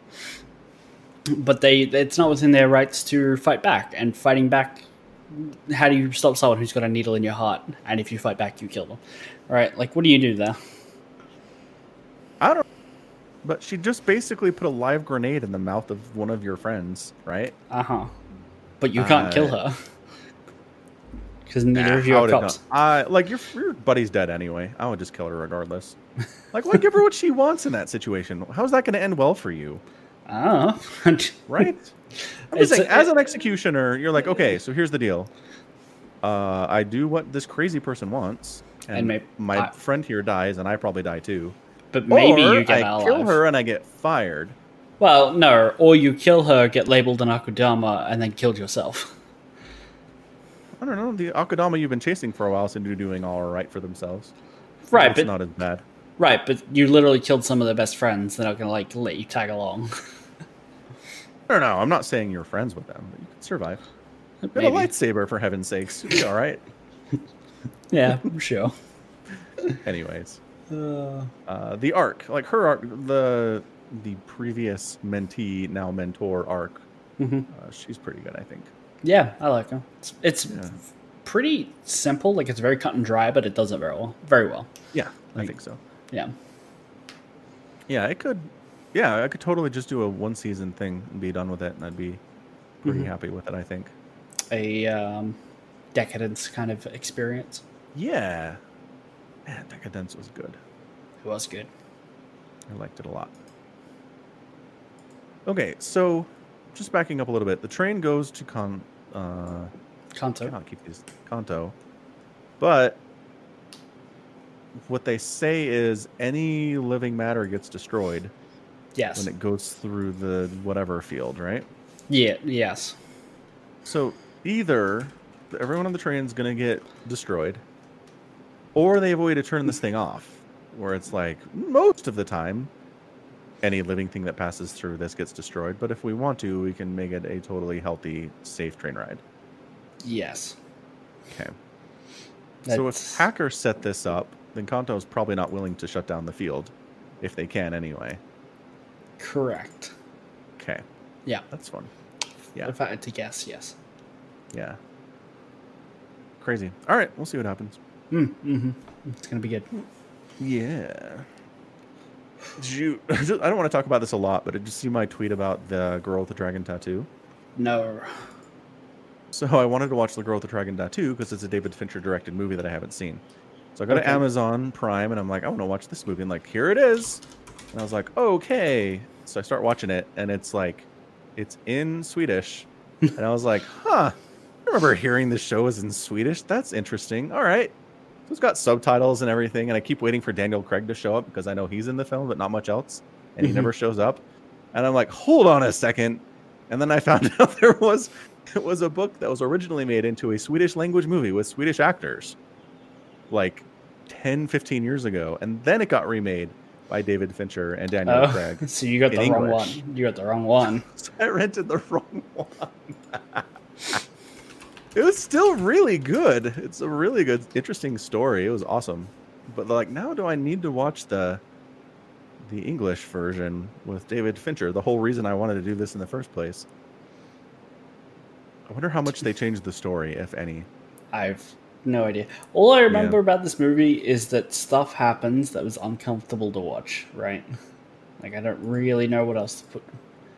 [SPEAKER 2] But they it's not within their rights to fight back and fighting back how do you stop someone who's got a needle in your heart and if you fight back you kill them. Right? Like what do you do there?
[SPEAKER 1] I don't. But she just basically put a live grenade in the mouth of one of your friends, right?
[SPEAKER 2] Uh-huh. But you can't kill her. Cuz neither
[SPEAKER 1] Uh, Nah,
[SPEAKER 2] of
[SPEAKER 1] I
[SPEAKER 2] you are
[SPEAKER 1] would've done-
[SPEAKER 2] cops.
[SPEAKER 1] I- like your your buddy's dead anyway. I would just kill her regardless. like, why give her what she wants in that situation? How's that going to end well for you?
[SPEAKER 2] Ah.
[SPEAKER 1] right? I'm
[SPEAKER 2] It's
[SPEAKER 1] just saying,
[SPEAKER 2] a-
[SPEAKER 1] as an executioner, you're like, okay, so here's the deal. Uh, I do what this crazy person wants, and,
[SPEAKER 2] And may-
[SPEAKER 1] my
[SPEAKER 2] I-
[SPEAKER 1] friend here dies, and I probably die too.
[SPEAKER 2] But maybe
[SPEAKER 1] Or
[SPEAKER 2] you get
[SPEAKER 1] I
[SPEAKER 2] out
[SPEAKER 1] kill
[SPEAKER 2] alive.
[SPEAKER 1] her and I get fired.
[SPEAKER 2] Well, no, or you kill her, get labeled an Akudama, and then killed yourself.
[SPEAKER 1] I don't know. The Akadama you've been chasing for a while seem to be doing all right for themselves.
[SPEAKER 2] Right,
[SPEAKER 1] it's
[SPEAKER 2] but
[SPEAKER 1] not as bad.
[SPEAKER 2] right, but you literally killed some of their best friends. They're not gonna like let you tag along.
[SPEAKER 1] I don't know. I'm not saying you're friends with them, but you can survive. Get a
[SPEAKER 2] Maybe.
[SPEAKER 1] lightsaber for heaven's sakes. You'll be all right.
[SPEAKER 2] Yeah, I'm sure.
[SPEAKER 1] Anyways.
[SPEAKER 2] Uh,
[SPEAKER 1] uh, the arc, like her arc, the the previous mentee now mentor arc.
[SPEAKER 2] Mhm.
[SPEAKER 1] Uh, she's pretty good, I think.
[SPEAKER 2] yeah, I like her. It's, it's
[SPEAKER 1] Yeah.
[SPEAKER 2] pretty simple. Like it's very cut and dry, but it does it very well. Very well.
[SPEAKER 1] Yeah, I
[SPEAKER 2] Like-
[SPEAKER 1] think so.
[SPEAKER 2] Yeah.
[SPEAKER 1] Yeah, it could. Yeah, I could totally just do a one season thing and be done with it, and I'd be pretty
[SPEAKER 2] Mhm.
[SPEAKER 1] happy with it. I think.
[SPEAKER 2] A um, decadence kind of experience.
[SPEAKER 1] Yeah, man, Decadence was good.
[SPEAKER 2] It was good.
[SPEAKER 1] I liked it a lot. Okay, so just backing up a little bit, the train goes to Con. Uh,
[SPEAKER 2] Kanto.
[SPEAKER 1] cannot keep these Kanto. But what they say is any living matter gets destroyed
[SPEAKER 2] Yes.
[SPEAKER 1] when it goes through the whatever field, right?
[SPEAKER 2] Yeah. Yes.
[SPEAKER 1] So either everyone on the train is going to get destroyed, or they have a way to turn this thing off, where it's like most of the time, any living thing that passes through this gets destroyed. But if we want to, we can make it a totally healthy, safe train ride.
[SPEAKER 2] Yes.
[SPEAKER 1] Okay. So if
[SPEAKER 2] That's-
[SPEAKER 1] hackers set this up, then Kanto's probably not willing to shut down the field, if they can anyway.
[SPEAKER 2] correct.
[SPEAKER 1] Okay,
[SPEAKER 2] Yeah.
[SPEAKER 1] that's fun. Yeah.
[SPEAKER 2] If I had to guess, yes.
[SPEAKER 1] Yeah. Crazy. All right, we'll see what happens.
[SPEAKER 2] Mm, hmm It's gonna be good.
[SPEAKER 1] Yeah. Did you? I don't want to talk about this a lot, but did you see my tweet about the girl with the dragon tattoo?
[SPEAKER 2] No.
[SPEAKER 1] So I wanted to watch The Girl with the Dragon Tattoo because it's a David Fincher directed movie that I haven't seen. So I go to
[SPEAKER 2] Okay.
[SPEAKER 1] Amazon Prime and I'm like, I want to watch this movie. And like, here it is. And I was like, okay. So I start watching it and it's like, it's in Swedish. and I was like, huh. I remember hearing the show is in Swedish. That's interesting. All right. So it's got subtitles and everything. And I keep waiting for Daniel Craig to show up because I know he's in the film, but not much else. And he
[SPEAKER 2] Mhm.
[SPEAKER 1] never shows up. And I'm like, hold on a second. And then I found out there was it was a book that was originally made into a Swedish language movie with Swedish actors like 10, 15 years ago. And then it got remade. by David Fincher and Daniel
[SPEAKER 2] Oh,
[SPEAKER 1] Craig.
[SPEAKER 2] so you got
[SPEAKER 1] In
[SPEAKER 2] the wrong
[SPEAKER 1] English.
[SPEAKER 2] one. You got the wrong one.
[SPEAKER 1] So I rented the wrong one. it was still really good. It's a really good, interesting story. It was awesome. But like now, do I need to watch the the English version with David Fincher? The whole reason I wanted to do this in the first place. I wonder how much they changed the story, if any.
[SPEAKER 2] I've no idea. All I remember about this movie is that stuff happens that was uncomfortable to watch, right? Like I don't really know what else to put.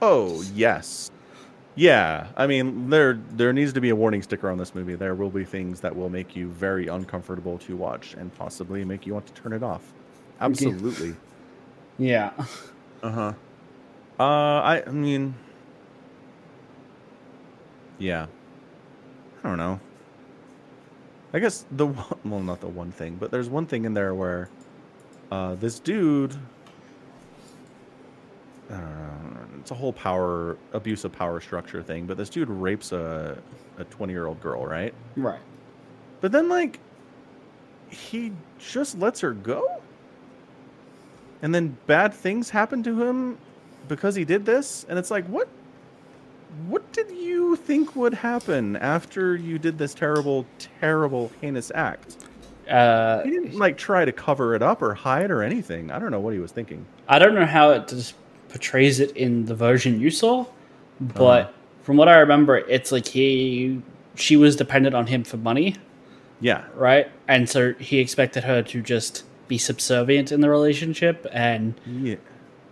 [SPEAKER 1] Oh yes, yeah. I mean, there there needs to be a warning sticker on this movie. There will be things that will make you very uncomfortable to watch and possibly make you want to turn it off. Absolutely.
[SPEAKER 2] Yeah.
[SPEAKER 1] Uh-huh. Uh I I mean Yeah. I don't know. I guess the one, well not the one thing, but there's one thing in there where uh this dude I don't know. It's a whole power abuse of power structure thing, but this dude rapes a a 20-year-old girl, right?
[SPEAKER 2] Right.
[SPEAKER 1] But then, like, he just lets her go? And then bad things happen to him because he did this? And it's like, what? What did you think would happen after you did this terrible, terrible, heinous act?
[SPEAKER 2] Uh,
[SPEAKER 1] He didn't like try to cover it up or hide or anything. I don't know what he was thinking.
[SPEAKER 2] I don't know how it just portrays it in the version you saw, but from what I remember, it's like he she was dependent on him for money,
[SPEAKER 1] Yeah,
[SPEAKER 2] right? And so he expected her to just be subservient in the relationship and
[SPEAKER 1] yeah.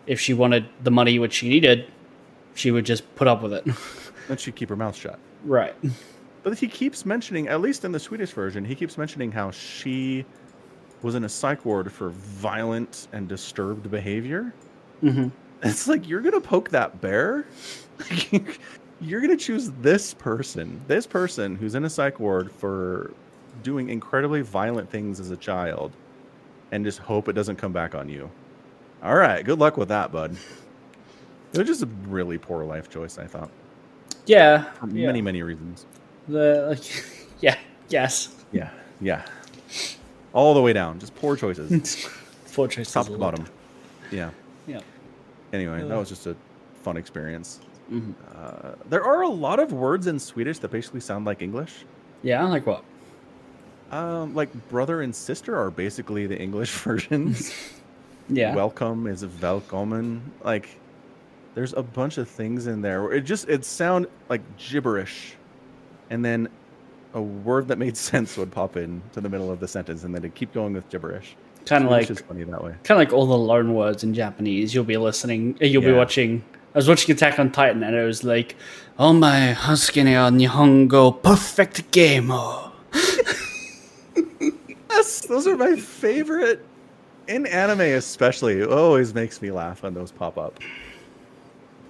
[SPEAKER 2] if she wanted the money which she needed, she would just put up with it.
[SPEAKER 1] Let you keep her mouth shut.
[SPEAKER 2] right.
[SPEAKER 1] But he keeps mentioning, at least in the Swedish version, he keeps mentioning how she was in a psych ward for violent and disturbed behavior.
[SPEAKER 2] hmm
[SPEAKER 1] It's like you're gonna poke that bear. you're gonna choose this person, this person who's in a psych ward for doing incredibly violent things as a child, and just hope it doesn't come back on you. All right, good luck with that, bud. It was just a really poor life choice, I thought,
[SPEAKER 2] Yeah.
[SPEAKER 1] for
[SPEAKER 2] yeah.
[SPEAKER 1] many, many reasons.
[SPEAKER 2] The, like, yeah. Yes.
[SPEAKER 1] Yeah, yeah, all the way down, just poor choices,
[SPEAKER 2] Four choices.
[SPEAKER 1] top to
[SPEAKER 2] left.
[SPEAKER 1] bottom. Yeah.
[SPEAKER 2] Yeah.
[SPEAKER 1] Anyway, that
[SPEAKER 2] Uh.
[SPEAKER 1] was just a fun experience.
[SPEAKER 2] Mhm.
[SPEAKER 1] Uh, there are a lot of words in Swedish that basically sound like English.
[SPEAKER 2] Yeah. Like what?
[SPEAKER 1] Um, like brother and sister are basically the English versions.
[SPEAKER 2] Yeah.
[SPEAKER 1] Welcome is velkommen. Like, there's a bunch of things in there where it just it sound like gibberish, and then a word that made sense would pop in to the middle of the sentence, and then it'd keep going with gibberish.
[SPEAKER 2] kind of
[SPEAKER 1] Swedish
[SPEAKER 2] like
[SPEAKER 1] is funny that way.
[SPEAKER 2] kind of like all the loan words in Japanese. You'll be listening. uh, You'll be
[SPEAKER 1] Yeah.
[SPEAKER 2] watching. I was watching Attack on Titan, and it was like, "Oh my, husky nihongo, perfect game." Oh.
[SPEAKER 1] Yes, those are my favorite in anime, especially. It always makes me laugh when those pop up.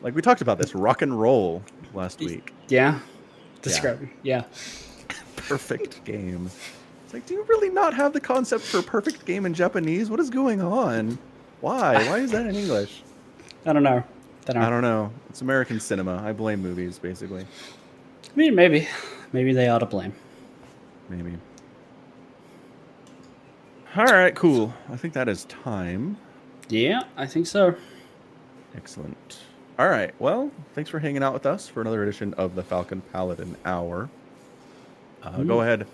[SPEAKER 1] Like we talked about this rock and roll last week.
[SPEAKER 2] Yeah. Describe. Yeah.
[SPEAKER 1] Perfect game. It's like, do you really not have the concept for perfect game in Japanese? What is going on? Why? Why is that in English?
[SPEAKER 2] I don't know. I don't know.
[SPEAKER 1] I don't know. It's American cinema. I blame movies, basically.
[SPEAKER 2] I mean, maybe, maybe they are to blame.
[SPEAKER 1] Maybe. All right, cool. I think that is time.
[SPEAKER 2] Yeah, I think so.
[SPEAKER 1] Excellent. All right. Well, thanks for hanging out with us for another edition of the Falcon Paladin Hour. Uh, Go ahead.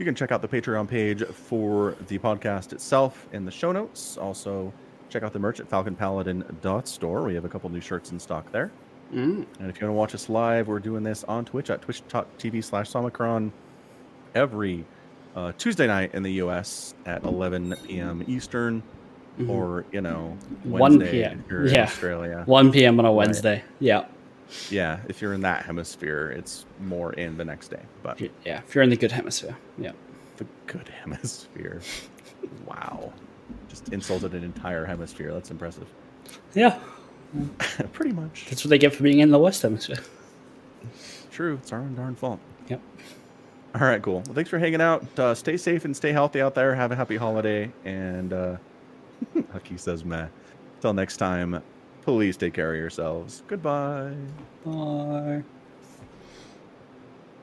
[SPEAKER 1] You can check out the Patreon page for the podcast itself in the show notes. Also, check out the merch at falconpaladin.store. We have a couple new shirts in stock there.
[SPEAKER 2] Mm.
[SPEAKER 1] And if you want to watch us live, we're doing this on Twitch at twitch.tv slash Somicron every uh, Tuesday night in the US at 11 p.m. Eastern
[SPEAKER 2] Mhm.
[SPEAKER 1] or, you know,
[SPEAKER 2] 1
[SPEAKER 1] Wednesday
[SPEAKER 2] p.m..
[SPEAKER 1] if you're in
[SPEAKER 2] Yeah.
[SPEAKER 1] Australia.
[SPEAKER 2] 1 p.m. on a Wednesday. Yeah.
[SPEAKER 1] Yeah, if you're in that hemisphere, it's more in the next day. But
[SPEAKER 2] Yeah. If you're in the good hemisphere. Yeah.
[SPEAKER 1] the good hemisphere. Wow. Just insulted an entire hemisphere. That's impressive.
[SPEAKER 2] Yeah.
[SPEAKER 1] Pretty much.
[SPEAKER 2] That's what they get for being in the West Hemisphere.
[SPEAKER 1] True. It's our own darn fault.
[SPEAKER 2] Yep.
[SPEAKER 1] All right, cool. Well, thanks for hanging out. Uh, stay safe and stay healthy out there. Have a happy holiday. And uh, Hucky says, meh. Till next time, please take care of yourselves. Goodbye.
[SPEAKER 2] Bye.